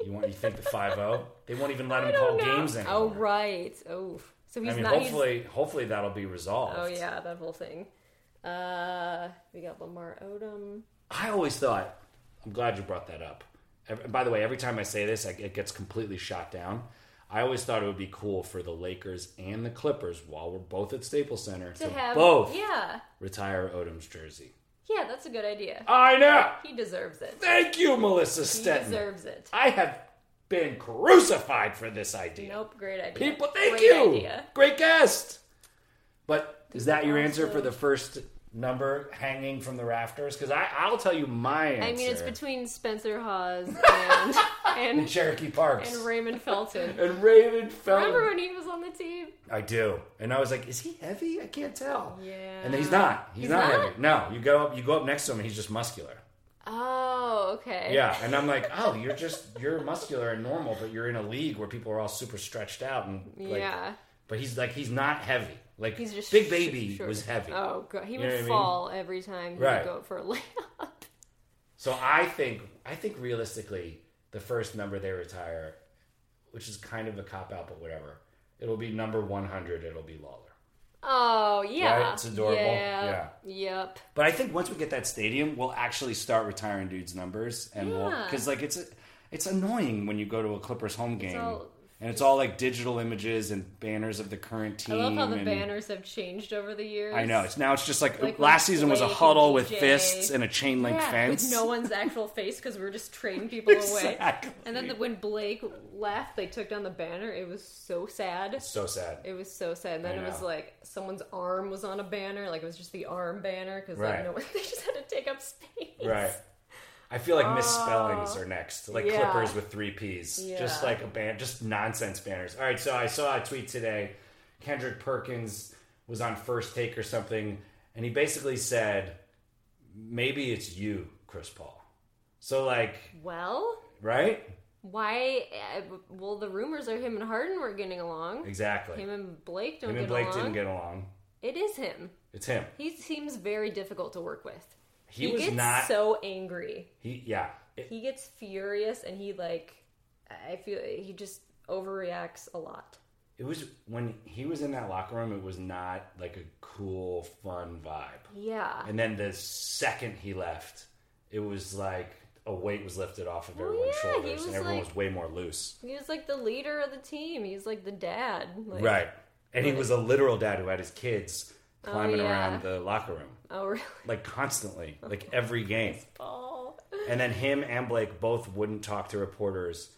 S1: You want you think the five zero? They won't even let
S2: I
S1: him
S2: don't
S1: call
S2: know.
S1: games anymore.
S2: Oh right. Oh, so he's
S1: I mean,
S2: not. he's-
S1: hopefully, hopefully that'll be resolved.
S2: Oh yeah, that whole thing. Uh, we got Lamar Odom.
S1: I always thought. I'm glad you brought that up. Ev- By the way, every time I say this, I- it gets completely shot down. I always thought it would be cool for the Lakers and the Clippers, while we're both at Staples Center,
S2: To have
S1: both
S2: Yeah.
S1: retire Odom's jersey.
S2: Yeah, that's a good idea.
S1: I know.
S2: He deserves it.
S1: Thank you, Melissa
S2: He
S1: Stetton.
S2: deserves it.
S1: I have been crucified for this idea.
S2: Nope, great idea.
S1: People, thank
S2: Great
S1: you.
S2: idea.
S1: Great guest. But is that your
S2: Also-
S1: answer for the first number hanging from the rafters? Because I'll tell you my answer.
S2: I mean, it's between Spencer Hawes and
S1: And
S2: and,
S1: Cherokee Parks
S2: and Raymond Felton.
S1: and Raymond Felton.
S2: Remember when he was on the team?
S1: I do. And I was like, is he heavy? I can't tell.
S2: Yeah.
S1: And then he's not. He's,
S2: He's
S1: not,
S2: not?
S1: heavy. No, you go up. You go up next to him, and he's just muscular.
S2: Oh, okay.
S1: Yeah, and I'm like, oh, you're just you're muscular and normal, but you're in a league where people are all super stretched out and like,
S2: yeah.
S1: But he's like he's not heavy. Like
S2: He's just
S1: Big
S2: sh-
S1: Baby
S2: short.
S1: was heavy.
S2: Oh god, he
S1: know what I
S2: would
S1: mean?
S2: fall every time he
S1: Right.
S2: would go for a layup.
S1: So I think I think realistically, the first number they retire, which is kind of a cop out, but whatever. It'll be number one hundred. It'll be Lawler.
S2: Oh yeah,
S1: Right? It's adorable.
S2: Yeah. Yep.
S1: But I think once we get that stadium, we'll actually start retiring dudes' numbers, and we'll
S2: Yeah.
S1: because like it's it's annoying when you go to a Clippers home game,
S2: all-
S1: and it's all like digital images and banners of the current
S2: I
S1: team.
S2: love how the
S1: and-
S2: banners have changed over the years.
S1: I know. It's now it's just like,
S2: Like
S1: last
S2: with
S1: season was a
S2: Blake and
S1: huddle with
S2: DJ.
S1: fists and a chain link
S2: Yeah,
S1: fence.
S2: with no one's actual face because we were just trading people
S1: Exactly.
S2: away. And then the, when Blake left, they took down the banner. It was so sad.
S1: so sad.
S2: It was so sad. And then
S1: I
S2: it was
S1: know.
S2: like someone's arm was on a banner. Like it was just the arm banner because
S1: Right.
S2: like, no one, they just had to take up space.
S1: Right. I feel like misspellings are next, like
S2: Oh. Yeah.
S1: clippers with three P's, just
S2: Yeah.
S1: like a ban, just nonsense banners. All right, so I saw a tweet today. Kendrick Perkins was on First Take or something, and he basically said, "Maybe it's you, Chris Paul." So like,
S2: Well,
S1: right?
S2: why? Uh, well, the rumors are him and Harden were getting along.
S1: Exactly.
S2: Him and Blake don't
S1: Him
S2: get
S1: and Blake
S2: along.
S1: didn't get along.
S2: It is him.
S1: It's him.
S2: He seems very difficult to work with.
S1: He, was
S2: gets
S1: not.
S2: so angry.
S1: he yeah. It-
S2: He gets furious and he like I feel he just overreacts a lot.
S1: it was when he was in that locker room. It was not like a cool, fun vibe.
S2: Yeah.
S1: And then the second he left, it was like a weight was lifted off of everyone's
S2: yeah, he
S1: shoulders, and
S2: was
S1: everyone
S2: like-
S1: was way more loose.
S2: He was like the leader of the team. He's like the dad. Like, Oh,
S1: Right. And he was a literal dad who had his kids climbing
S2: yeah.
S1: around the locker room,
S2: Oh really?
S1: like constantly, like every game.
S2: Paul.
S1: And then him and Blake both wouldn't talk to reporters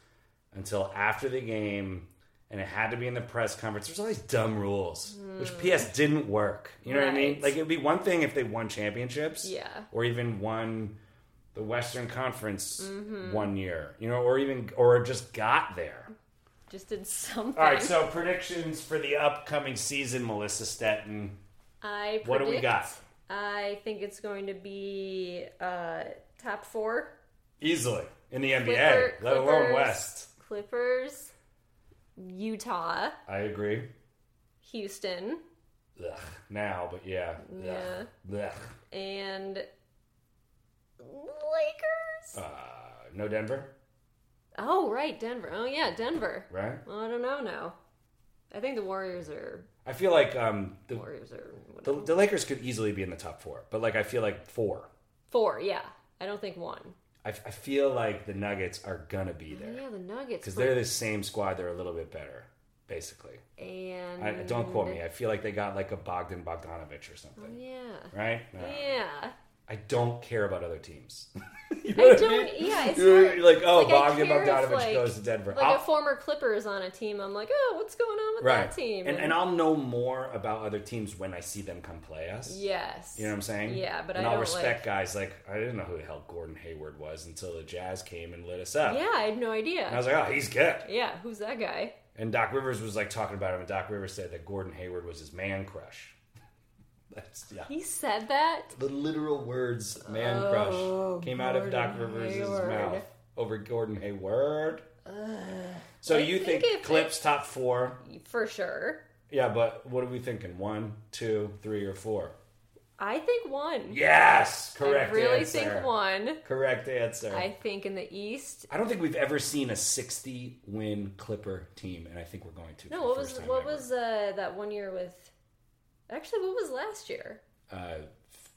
S1: until after the game, and it had to be in the press conference. There's all these dumb rules, which PS didn't work. You know what I mean?
S2: Hmm. Right.
S1: Like it'd be one thing if they won championships,
S2: Yeah.
S1: or even won the Western Conference
S2: Mm-hmm.
S1: one year, you know, or even or just got there.
S2: Just did something.
S1: All right, so predictions for the upcoming season, Melissa Stetton.
S2: I predict,
S1: What do we got?
S2: I think it's going to be uh top four.
S1: Easily in the NBA,
S2: Clipper-
S1: let alone
S2: Clippers,
S1: West.
S2: Clippers, Utah,
S1: I agree.
S2: Houston.
S1: Ugh, now, but yeah.
S2: Yeah.
S1: Ugh. Ugh.
S2: and Lakers.
S1: Uh, no Denver,
S2: Oh right, Denver. Oh yeah, Denver.
S1: right?
S2: Well, I don't know now. I think the Warriors are
S1: I feel like um, the,
S2: Warriors are whatever.
S1: the the Lakers could easily be in the top four, but like I feel like four.
S2: four. Yeah, I don't think one.
S1: I, I feel like the Nuggets are gonna be there
S2: Yeah, the Nuggets.
S1: because they're the same squad. They're a little bit better, basically.
S2: and
S1: I,
S2: Mm.
S1: don't quote me. I feel like they got like a Bogdan Bogdanovich or something,
S2: Yeah.
S1: right? No.
S2: Mm. Yeah.
S1: I don't care about other teams. You know
S2: I
S1: what
S2: don't.
S1: mean?
S2: Yeah, it's
S1: You're
S2: not,
S1: like, oh,
S2: like, I
S1: Bogdan
S2: care if,
S1: Bogdanovich
S2: like-
S1: goes to Denver.
S2: like
S1: I'll-
S2: a former Clipper is on a team. I'm like, oh, what's going on with
S1: right.
S2: that team?
S1: And, and I'll know more about other teams when I see them come play us.
S2: yes,
S1: You know what I'm saying?
S2: Yeah, but
S1: and
S2: I
S1: will
S2: don't,
S1: respect
S2: like-
S1: guys like I didn't know who the hell Gordon Hayward was until the Jazz came and lit us up.
S2: yeah, I had no idea.
S1: And I was like, oh, he's good.
S2: yeah, who's that guy?
S1: And Doc Rivers was like talking about him, and Doc Rivers said that Gordon Hayward was his man crush. That's yeah.
S2: He said that.
S1: The literal words "man
S2: Oh,
S1: crush" came out of Doc
S2: Gordon
S1: Rivers'
S2: Hayward.
S1: mouth over Gordon Hayward. so
S2: I
S1: you
S2: think
S1: think,
S2: if
S1: Clips top four?
S2: For sure.
S1: Yeah, but what are we thinking? One, two, three, or four?
S2: I think one.
S1: Yes, correct.
S2: I really
S1: answer.
S2: think one.
S1: Correct answer.
S2: I
S1: I,
S2: think in the East.
S1: don't think we've ever seen a sixty-win Clipper team, and I think we're going to. for
S2: No,
S1: the
S2: what
S1: first
S2: was
S1: time
S2: what
S1: ever.
S2: was uh, that one year with? Actually, what was last year?
S1: uh,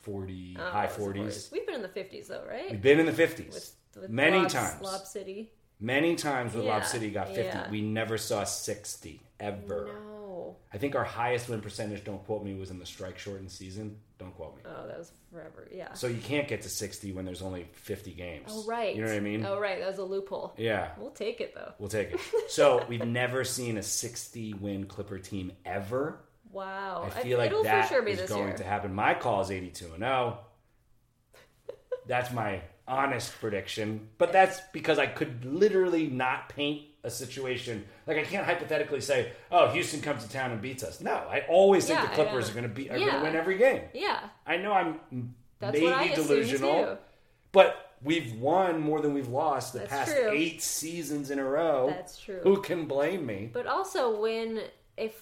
S1: 40,
S2: Oh,
S1: high
S2: of course.
S1: 40s.
S2: We've been in the 50s though, right?
S1: We've been in the 50s
S2: With
S1: many
S2: Lob-
S1: times.
S2: Lob City.
S1: Many times when Lob
S2: Yeah,
S1: City got 50,
S2: yeah.
S1: we never saw 60 ever.
S2: No.
S1: I think our highest win percentage, don't quote me, was in the strike shortened season. Don't quote me.
S2: Oh, that was forever. Yeah.
S1: So you can't get to 60 when there's only 50 games.
S2: oh, right.
S1: You know what I mean?
S2: Oh, right. That was a loophole.
S1: Yeah.
S2: We'll take it though.
S1: We'll take it. So we've never seen a 60 win Clipper team ever.
S2: Wow.
S1: I
S2: I-
S1: feel like
S2: it'll
S1: that is
S2: for sure be this
S1: going
S2: year.
S1: to happen. My call is 82 and 0. That's my honest prediction. But that's because I could literally not paint a situation. Like I can't hypothetically say, "Oh, Houston comes to town and beats us." No, I always think
S2: Yeah,
S1: the Clippers
S2: yeah.
S1: are going to be are going
S2: Yeah.
S1: to win every game.
S2: Yeah.
S1: I know I'm
S2: That's
S1: maybe
S2: what I assumed,
S1: delusional,
S2: too.
S1: but we've won more than we've lost the
S2: That's
S1: past
S2: true.
S1: 8 seasons in a row.
S2: That's true.
S1: Who can blame me?
S2: But also, when if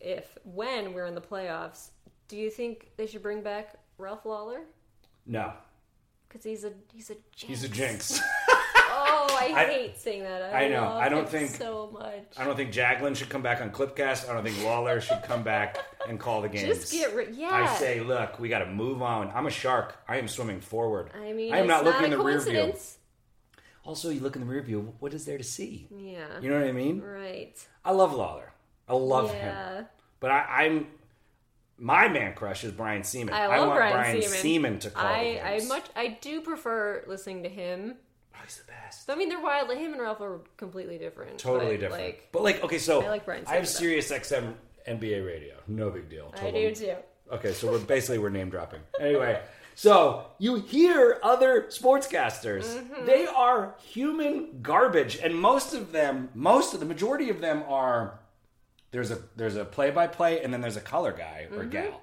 S2: if when we're in the playoffs, do you think they should bring back Ralph Lawler?
S1: No.
S2: Because he's a he's a jinx.
S1: He's a jinx.
S2: Oh, I,
S1: I-
S2: hate saying that. I,
S1: I know.
S2: love
S1: I don't
S2: him
S1: think-
S2: so much.
S1: I don't think Jaglin should come back on Clipcast. I don't think Lawler should come back and call the games.
S2: Just get rid. Yeah.
S1: I say, look, we got to move on. I'm a shark. I am swimming forward.
S2: I mean,
S1: I am
S2: it's
S1: not looking in
S2: a
S1: the rear view.
S2: coincidence.
S1: Also, you look in the rear view. What is there to see?
S2: Yeah.
S1: You know what I mean?
S2: right.
S1: I love Lawler. I love him.
S2: yeah.
S1: But I, I'm my man crush is Brian Seaman.
S2: I love
S1: want
S2: Brian,
S1: Brian
S2: Seaman.
S1: to call
S2: I
S1: the
S2: I
S1: games.
S2: much I do prefer listening to him.
S1: Oh, he's the best.
S2: So, I mean, they're wild. Him and Ralph are completely different.
S1: Totally
S2: but,
S1: different.
S2: Like,
S1: but like, okay, so
S2: I like Brian
S1: I have
S2: Seaman,
S1: Sirius XM NBA radio. No big deal.
S2: I
S1: Total
S2: do too.
S1: Okay, so we're basically we're name dropping. Anyway, so you hear other sportscasters.
S2: Mm-hmm.
S1: They are human garbage and most of them, most of the majority of them are there's a there's a play-by-play and then there's a color guy
S2: Mm-hmm.
S1: or gal.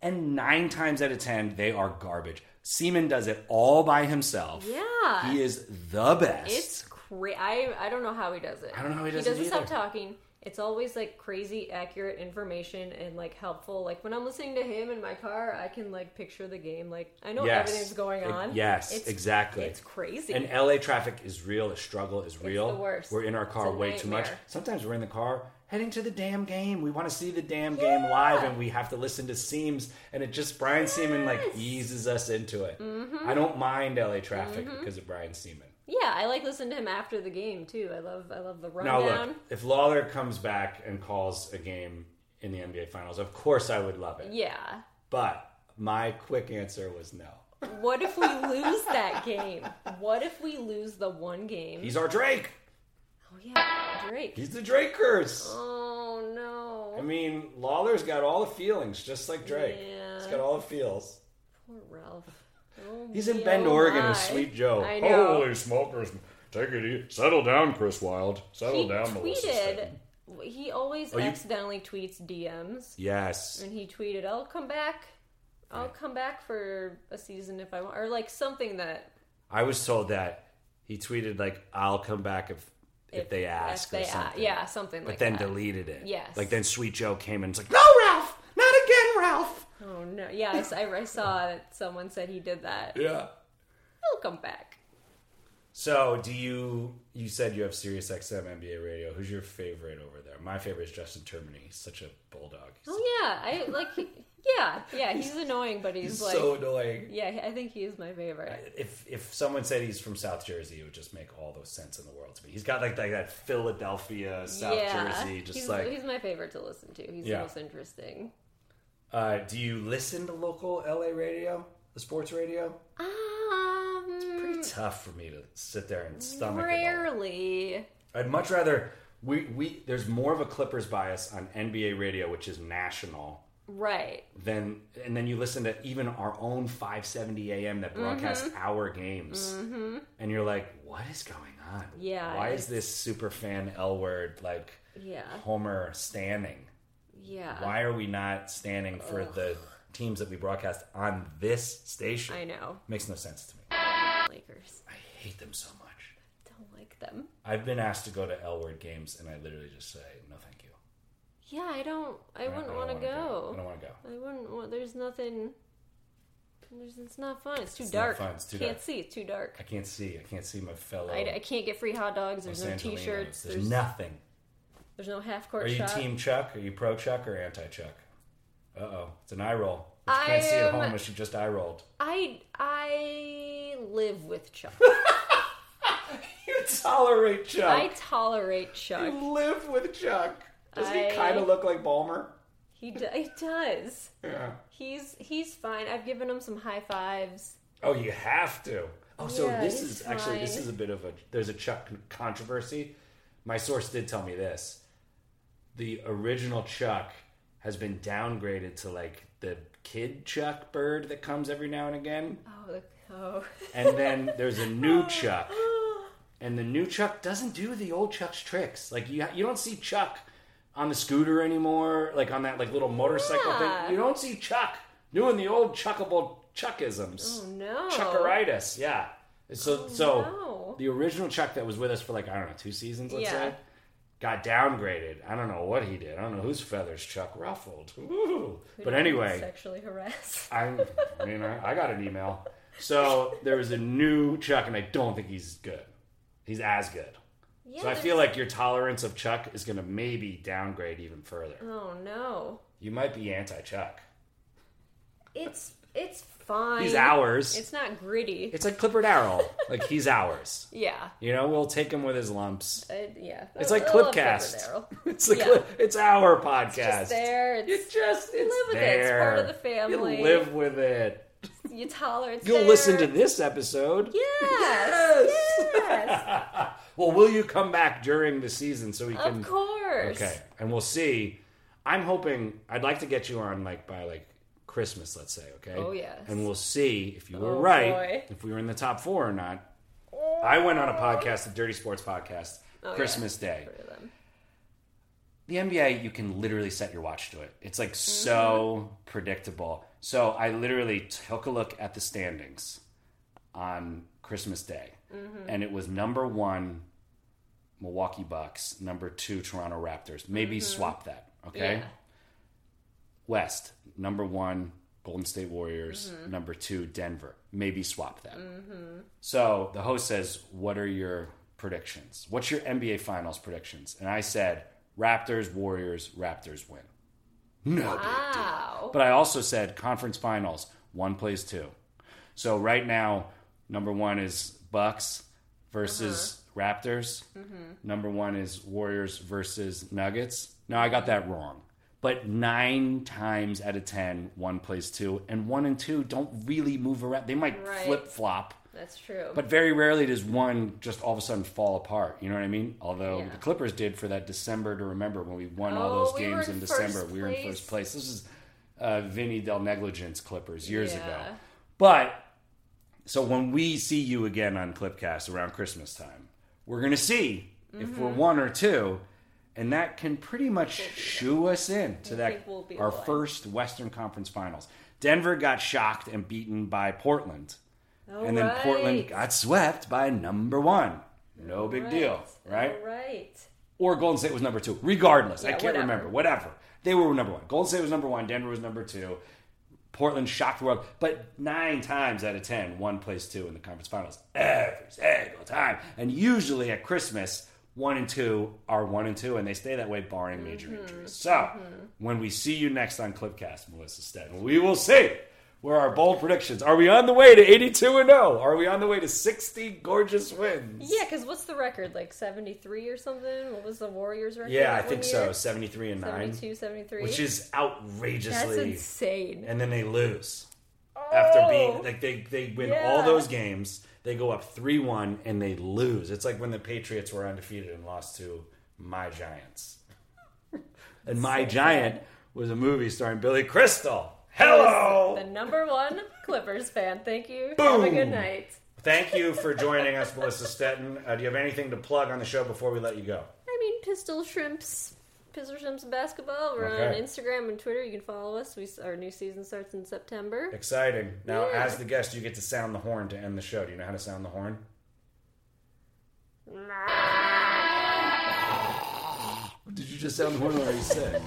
S1: And 9 times out of 10 they are garbage. Seaman does it all by himself.
S2: Yeah.
S1: He is the best.
S2: It's crazy. I I don't know how he does it.
S1: I don't know how he does it
S2: He doesn't stop
S1: either.
S2: talking. It's always like crazy accurate information and like helpful. Like when I'm listening to him in my car, I can like picture the game. Like I know
S1: Yes.
S2: everything's going
S1: E-
S2: on.
S1: yes,
S2: It's-
S1: exactly.
S2: It's crazy.
S1: And LA traffic is real. The struggle is real.
S2: the worst.
S1: We're in our car
S2: It's a
S1: way too much.
S2: nightmare.
S1: Sometimes we're in the car heading to the damn game. We want to see the damn game live, and we have to listen to Seams, and it just Brian Seaman like
S2: Yes. Mm-hmm.
S1: eases us into it. I don't mind LA traffic because of Brian Seaman.
S2: yeah, I like listen to him after the game too. I love I love the
S1: Now
S2: rundown.
S1: look, if Lawler comes back and calls a game in the NBA Finals, of course I would love it.
S2: Yeah.
S1: But my quick answer was no.
S2: What if we lose that game? What if we lose the one game?
S1: He's our Drake.
S2: oh yeah, Drake.
S1: He's the Drake curse.
S2: oh no.
S1: I mean, Lawler's got all the feelings, just like Drake.
S2: Yeah.
S1: He's got all the feels.
S2: Poor Ralph. Oh,
S1: He's in
S2: me,
S1: Bend,
S2: oh,
S1: Oregon,
S2: my.
S1: with Sweet Joe.
S2: I know.
S1: Holy smokers! Take it easy. Settle down, Chris Wilde. Settle
S2: he
S1: down, Melissa.
S2: tweeted.
S1: Stanton.
S2: He always
S1: Oh, you-
S2: accidentally tweets DMs,
S1: Yes.
S2: and he tweeted, "I'll come back. I'll come back for a season if I want," or like something that
S1: I was told that he tweeted like, "I'll come back if if, they ask
S2: they
S1: or
S2: a-
S1: something."
S2: yeah, something
S1: But
S2: like
S1: then
S2: that.
S1: deleted it.
S2: Yes.
S1: Like then Sweet Joe came and was like, "No, Ralph, not again, Ralph."
S2: oh no, yeah, I, s- I- I saw that someone said he did that.
S1: Yeah.
S2: I'll come back.
S1: So, do you? You said you have Sirius XM NBA Radio. Who's your favorite over there? My favorite is Justin Termini. He's such a bulldog. He's
S2: Oh yeah, I like. He, yeah, yeah, he's annoying, but he's, like,
S1: so annoying.
S2: yeah, I think he is my favorite.
S1: If if someone said he's from South Jersey, it would just make all the sense in the world to me. He's got like that, that Philadelphia South
S2: yeah,
S1: Jersey, just
S2: he's,
S1: like.
S2: he's my favorite to listen to. He's
S1: Yeah.
S2: the most interesting.
S1: Uh, do you listen to local LA radio, the sports radio?
S2: Um,
S1: Pretty tough for me to sit there and stomach. It all.
S2: Rarely.
S1: I'd much rather we we there's more of a Clippers bias on NBA radio, which is national.
S2: Right.
S1: Then and then you listen to even our own 570 AM that broadcasts
S2: Mm-hmm.
S1: our games, and you're like, what is going on?
S2: Yeah,
S1: why is
S2: it's-
S1: this super fan L word like
S2: Yeah.
S1: Homer standing?
S2: Yeah.
S1: Why are we not standing for the teams that we broadcast on this station?
S2: I know.
S1: Makes no sense to me.
S2: Lakers.
S1: I hate them so much.
S2: Don't like them.
S1: I've been asked to go to L word games, and I literally just say no, thank you.
S2: Yeah, I don't. I
S1: I
S2: wouldn't
S1: don't
S2: want to
S1: wanna I
S2: go.
S1: don't want to go.
S2: I wouldn't want. There's nothing. There's, it's not fun. It's too
S1: It's not
S2: dark.
S1: fun. It's too
S2: Can't
S1: dark.
S2: see. It's too dark.
S1: I can't see. I can't see my fellow.
S2: I, I can't get free hot dogs. There's
S1: Los
S2: no
S1: Angelinos.
S2: T-shirts.
S1: There's,
S2: There's,
S1: nothing.
S2: there's no half court
S1: Are you
S2: shot.
S1: team Chuck? Are you pro Chuck or anti Chuck? Uh oh, it's an eye roll. Which
S2: I
S1: you can't see at
S2: am-
S1: home, but she just eye rolled.
S2: I I live with Chuck.
S1: You tolerate
S2: I
S1: Chuck.
S2: tolerate Chuck.
S1: You live with Chuck. Doesn't
S2: I-
S1: he kind of look like Balmer?
S2: He, d- he does.
S1: Yeah.
S2: He's he's fine. I've given him some high fives.
S1: Oh, you have to. Oh, so
S2: Yeah,
S1: this
S2: it's
S1: is actually this
S2: fine.
S1: is a bit of a there's a Chuck controversy. My source did tell me this. The original Chuck has been downgraded to like the kid Chuck bird that comes every now and again.
S2: Oh, look- oh.
S1: And then there's a new Chuck. And the new Chuck doesn't do the old Chuck's tricks. Like you you don't see Chuck on the scooter anymore, like on that like little motorcycle
S2: Yeah.
S1: thing. You don't see Chuck doing the old chuckable Chuckisms.
S2: Oh, no. Oh,
S1: Chuckeritis, yeah. So, so
S2: no.
S1: the original Chuck that was with us for like I don't know two seasons, let's
S2: Yeah.
S1: say, got downgraded. I don't know what he did. I don't know whose feathers Chuck ruffled. Ooh. But anyway,
S2: sexually harassed.
S1: I, I mean, I, I got an email. So there was a new Chuck, and I don't think he's good. He's as good.
S2: Yeah,
S1: So I feel like your tolerance of Chuck is going to maybe downgrade even further.
S2: Oh no.
S1: You might be anti-Chuck.
S2: It's it's fine.
S1: He's ours. It's,
S2: It's not gritty.
S1: like Clifford Arrow. like he's ours.
S2: Yeah.
S1: You know, we'll take him with his lumps.
S2: Uh, yeah.
S1: It's like
S2: I love Clipper
S1: Clipcast.
S2: Daryl.
S1: It's the
S2: Yeah.
S1: clip, it's our podcast.
S2: Just there. It's,
S1: It's just it's
S2: live with it. It's
S1: there.
S2: part of the family.
S1: You live with it.
S2: you tolerate.
S1: You'll
S2: there.
S1: listen to this episode.
S2: Yes.
S1: Yes.
S2: Yes.
S1: Well, will you come back during the season so we can?
S2: of course.
S1: Okay, and we'll see. I'm hoping I'd like to get you on like by like Christmas, let's say. Okay.
S2: Oh, yes.
S1: And we'll see if you were
S2: Oh,
S1: right,
S2: boy.
S1: if we were in the top four or not. I went on a podcast, the Dirty Sports Podcast,
S2: Oh, yeah.
S1: Christmas Day.
S2: For them.
S1: the NBA, you can literally set your watch to it. It's like so predictable. So I literally took a look at the standings on Christmas Day, and it was number one, Milwaukee Bucks, number two, Toronto Raptors. Maybe swap that, okay?
S2: Yeah.
S1: West, number one, Golden State Warriors, number two, Denver. Maybe swap that. So the host says, What are your predictions? What's your NBA Finals predictions? And I said, Raptors, Warriors, Raptors win. No. big deal.
S2: Wow.
S1: But I also said, Conference Finals, one plays two. So right now, number one is Bucks versus Raptors. Number one is Warriors versus Nuggets. No, I got that wrong. But nine times out of ten, one plays two, and one and two don't really move around. They might
S2: Right.
S1: flip flop.
S2: That's true.
S1: But very rarely does one just all of a sudden fall apart. You know what I mean? Although
S2: Yeah.
S1: the Clippers did for that December to remember when we won all
S2: Oh,
S1: those
S2: we were
S1: games
S2: in
S1: in
S2: first
S1: December. We were in
S2: place.
S1: first place. This is uh, Vinny Del Negligence Clippers years ago.
S2: Yeah.
S1: But so when we see you again on Clipcast around Christmas time, we're going to see if
S2: Mm-hmm.
S1: we're one or two. And that can pretty much shoo us in to that
S2: think we'll be
S1: our
S2: one.
S1: first Western Conference Finals. Denver got shocked and beaten by Portland
S2: All
S1: and then Portland
S2: right.
S1: got swept by number one. No big deal, right?
S2: All right.
S1: Or Golden State was number two. Regardless, I
S2: Yeah,
S1: can't
S2: whatever.
S1: remember. Whatever. They were number one. Golden State was number one. Denver was number two. Portland shocked the world, but nine times out of ten, one plays two in the conference finals every single time. And usually at Christmas, one and two are one and two, and they stay that way, barring major
S2: Mm-hmm.
S1: injuries. So when we see you next on Clipcast, Melissa Stetton, we will see where our bold predictions are. We on the way to eighty-two and zero? Are we on the way to sixty gorgeous wins?
S2: Yeah, because what's the record? Like 73 or something? What was the Warriors record?
S1: Yeah, I
S2: that
S1: think
S2: one year?
S1: so. Seventy-three and nine.
S2: 72, 73.
S1: which is
S2: That's
S1: outrageously
S2: insane.
S1: and then they lose after being
S2: Oh!
S1: like they they win
S2: Yeah.
S1: all those games they go up 3-1 and they lose it's like when the patriots were undefeated and lost to my giants and my giant was a movie starring billy crystal hello
S2: The number one Clippers fan. Thank you. Have a
S1: Boom.
S2: good night.
S1: thank you for joining us melissa stetton uh, do you have anything to plug on the show before we let you go
S2: I mean, Pistol Shrimps. Pistol Shrimps Basketball. We're
S1: Okay.
S2: on Instagram and Twitter. You can follow us. We Our new season starts in September.
S1: exciting now
S2: Yeah.
S1: as the guest you get to sound the horn to end the show do you know how to sound the horn did you just sound the horn or are you sick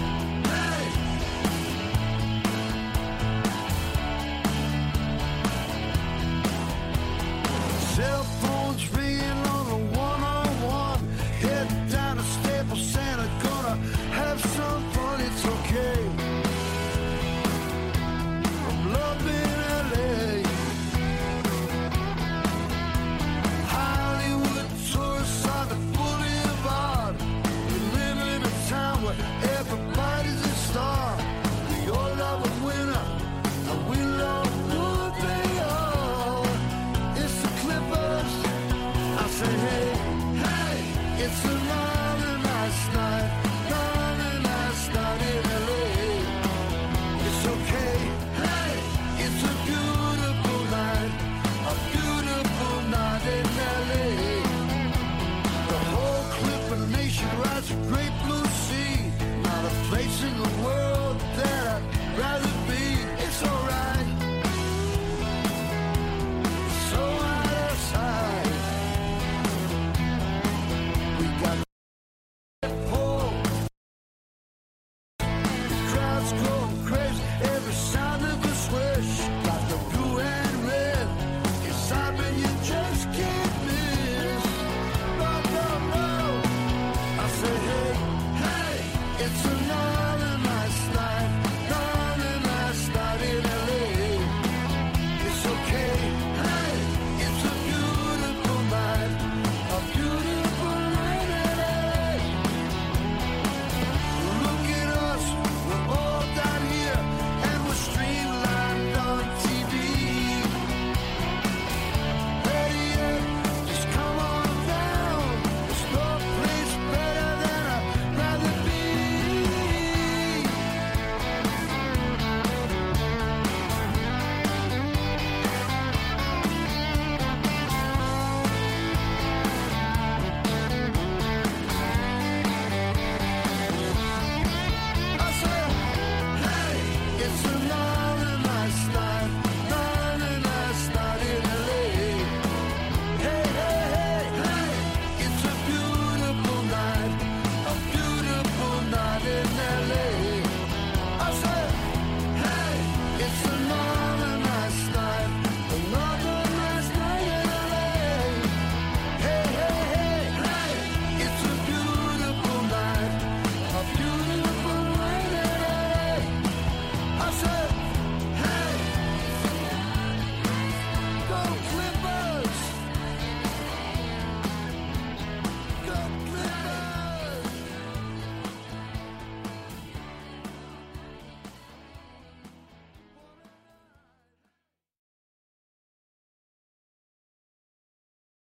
S4: Shine Cell phones ringing on a one-on-one. Head down to Staples Center, gonna have some fun. It's okay. I'm loving LA. Hollywood tourists on the boulevard. We live in a town where everybody's a star. We all love a winner, and we love what they are. It's the Clippers. I say, hey, hey, it's the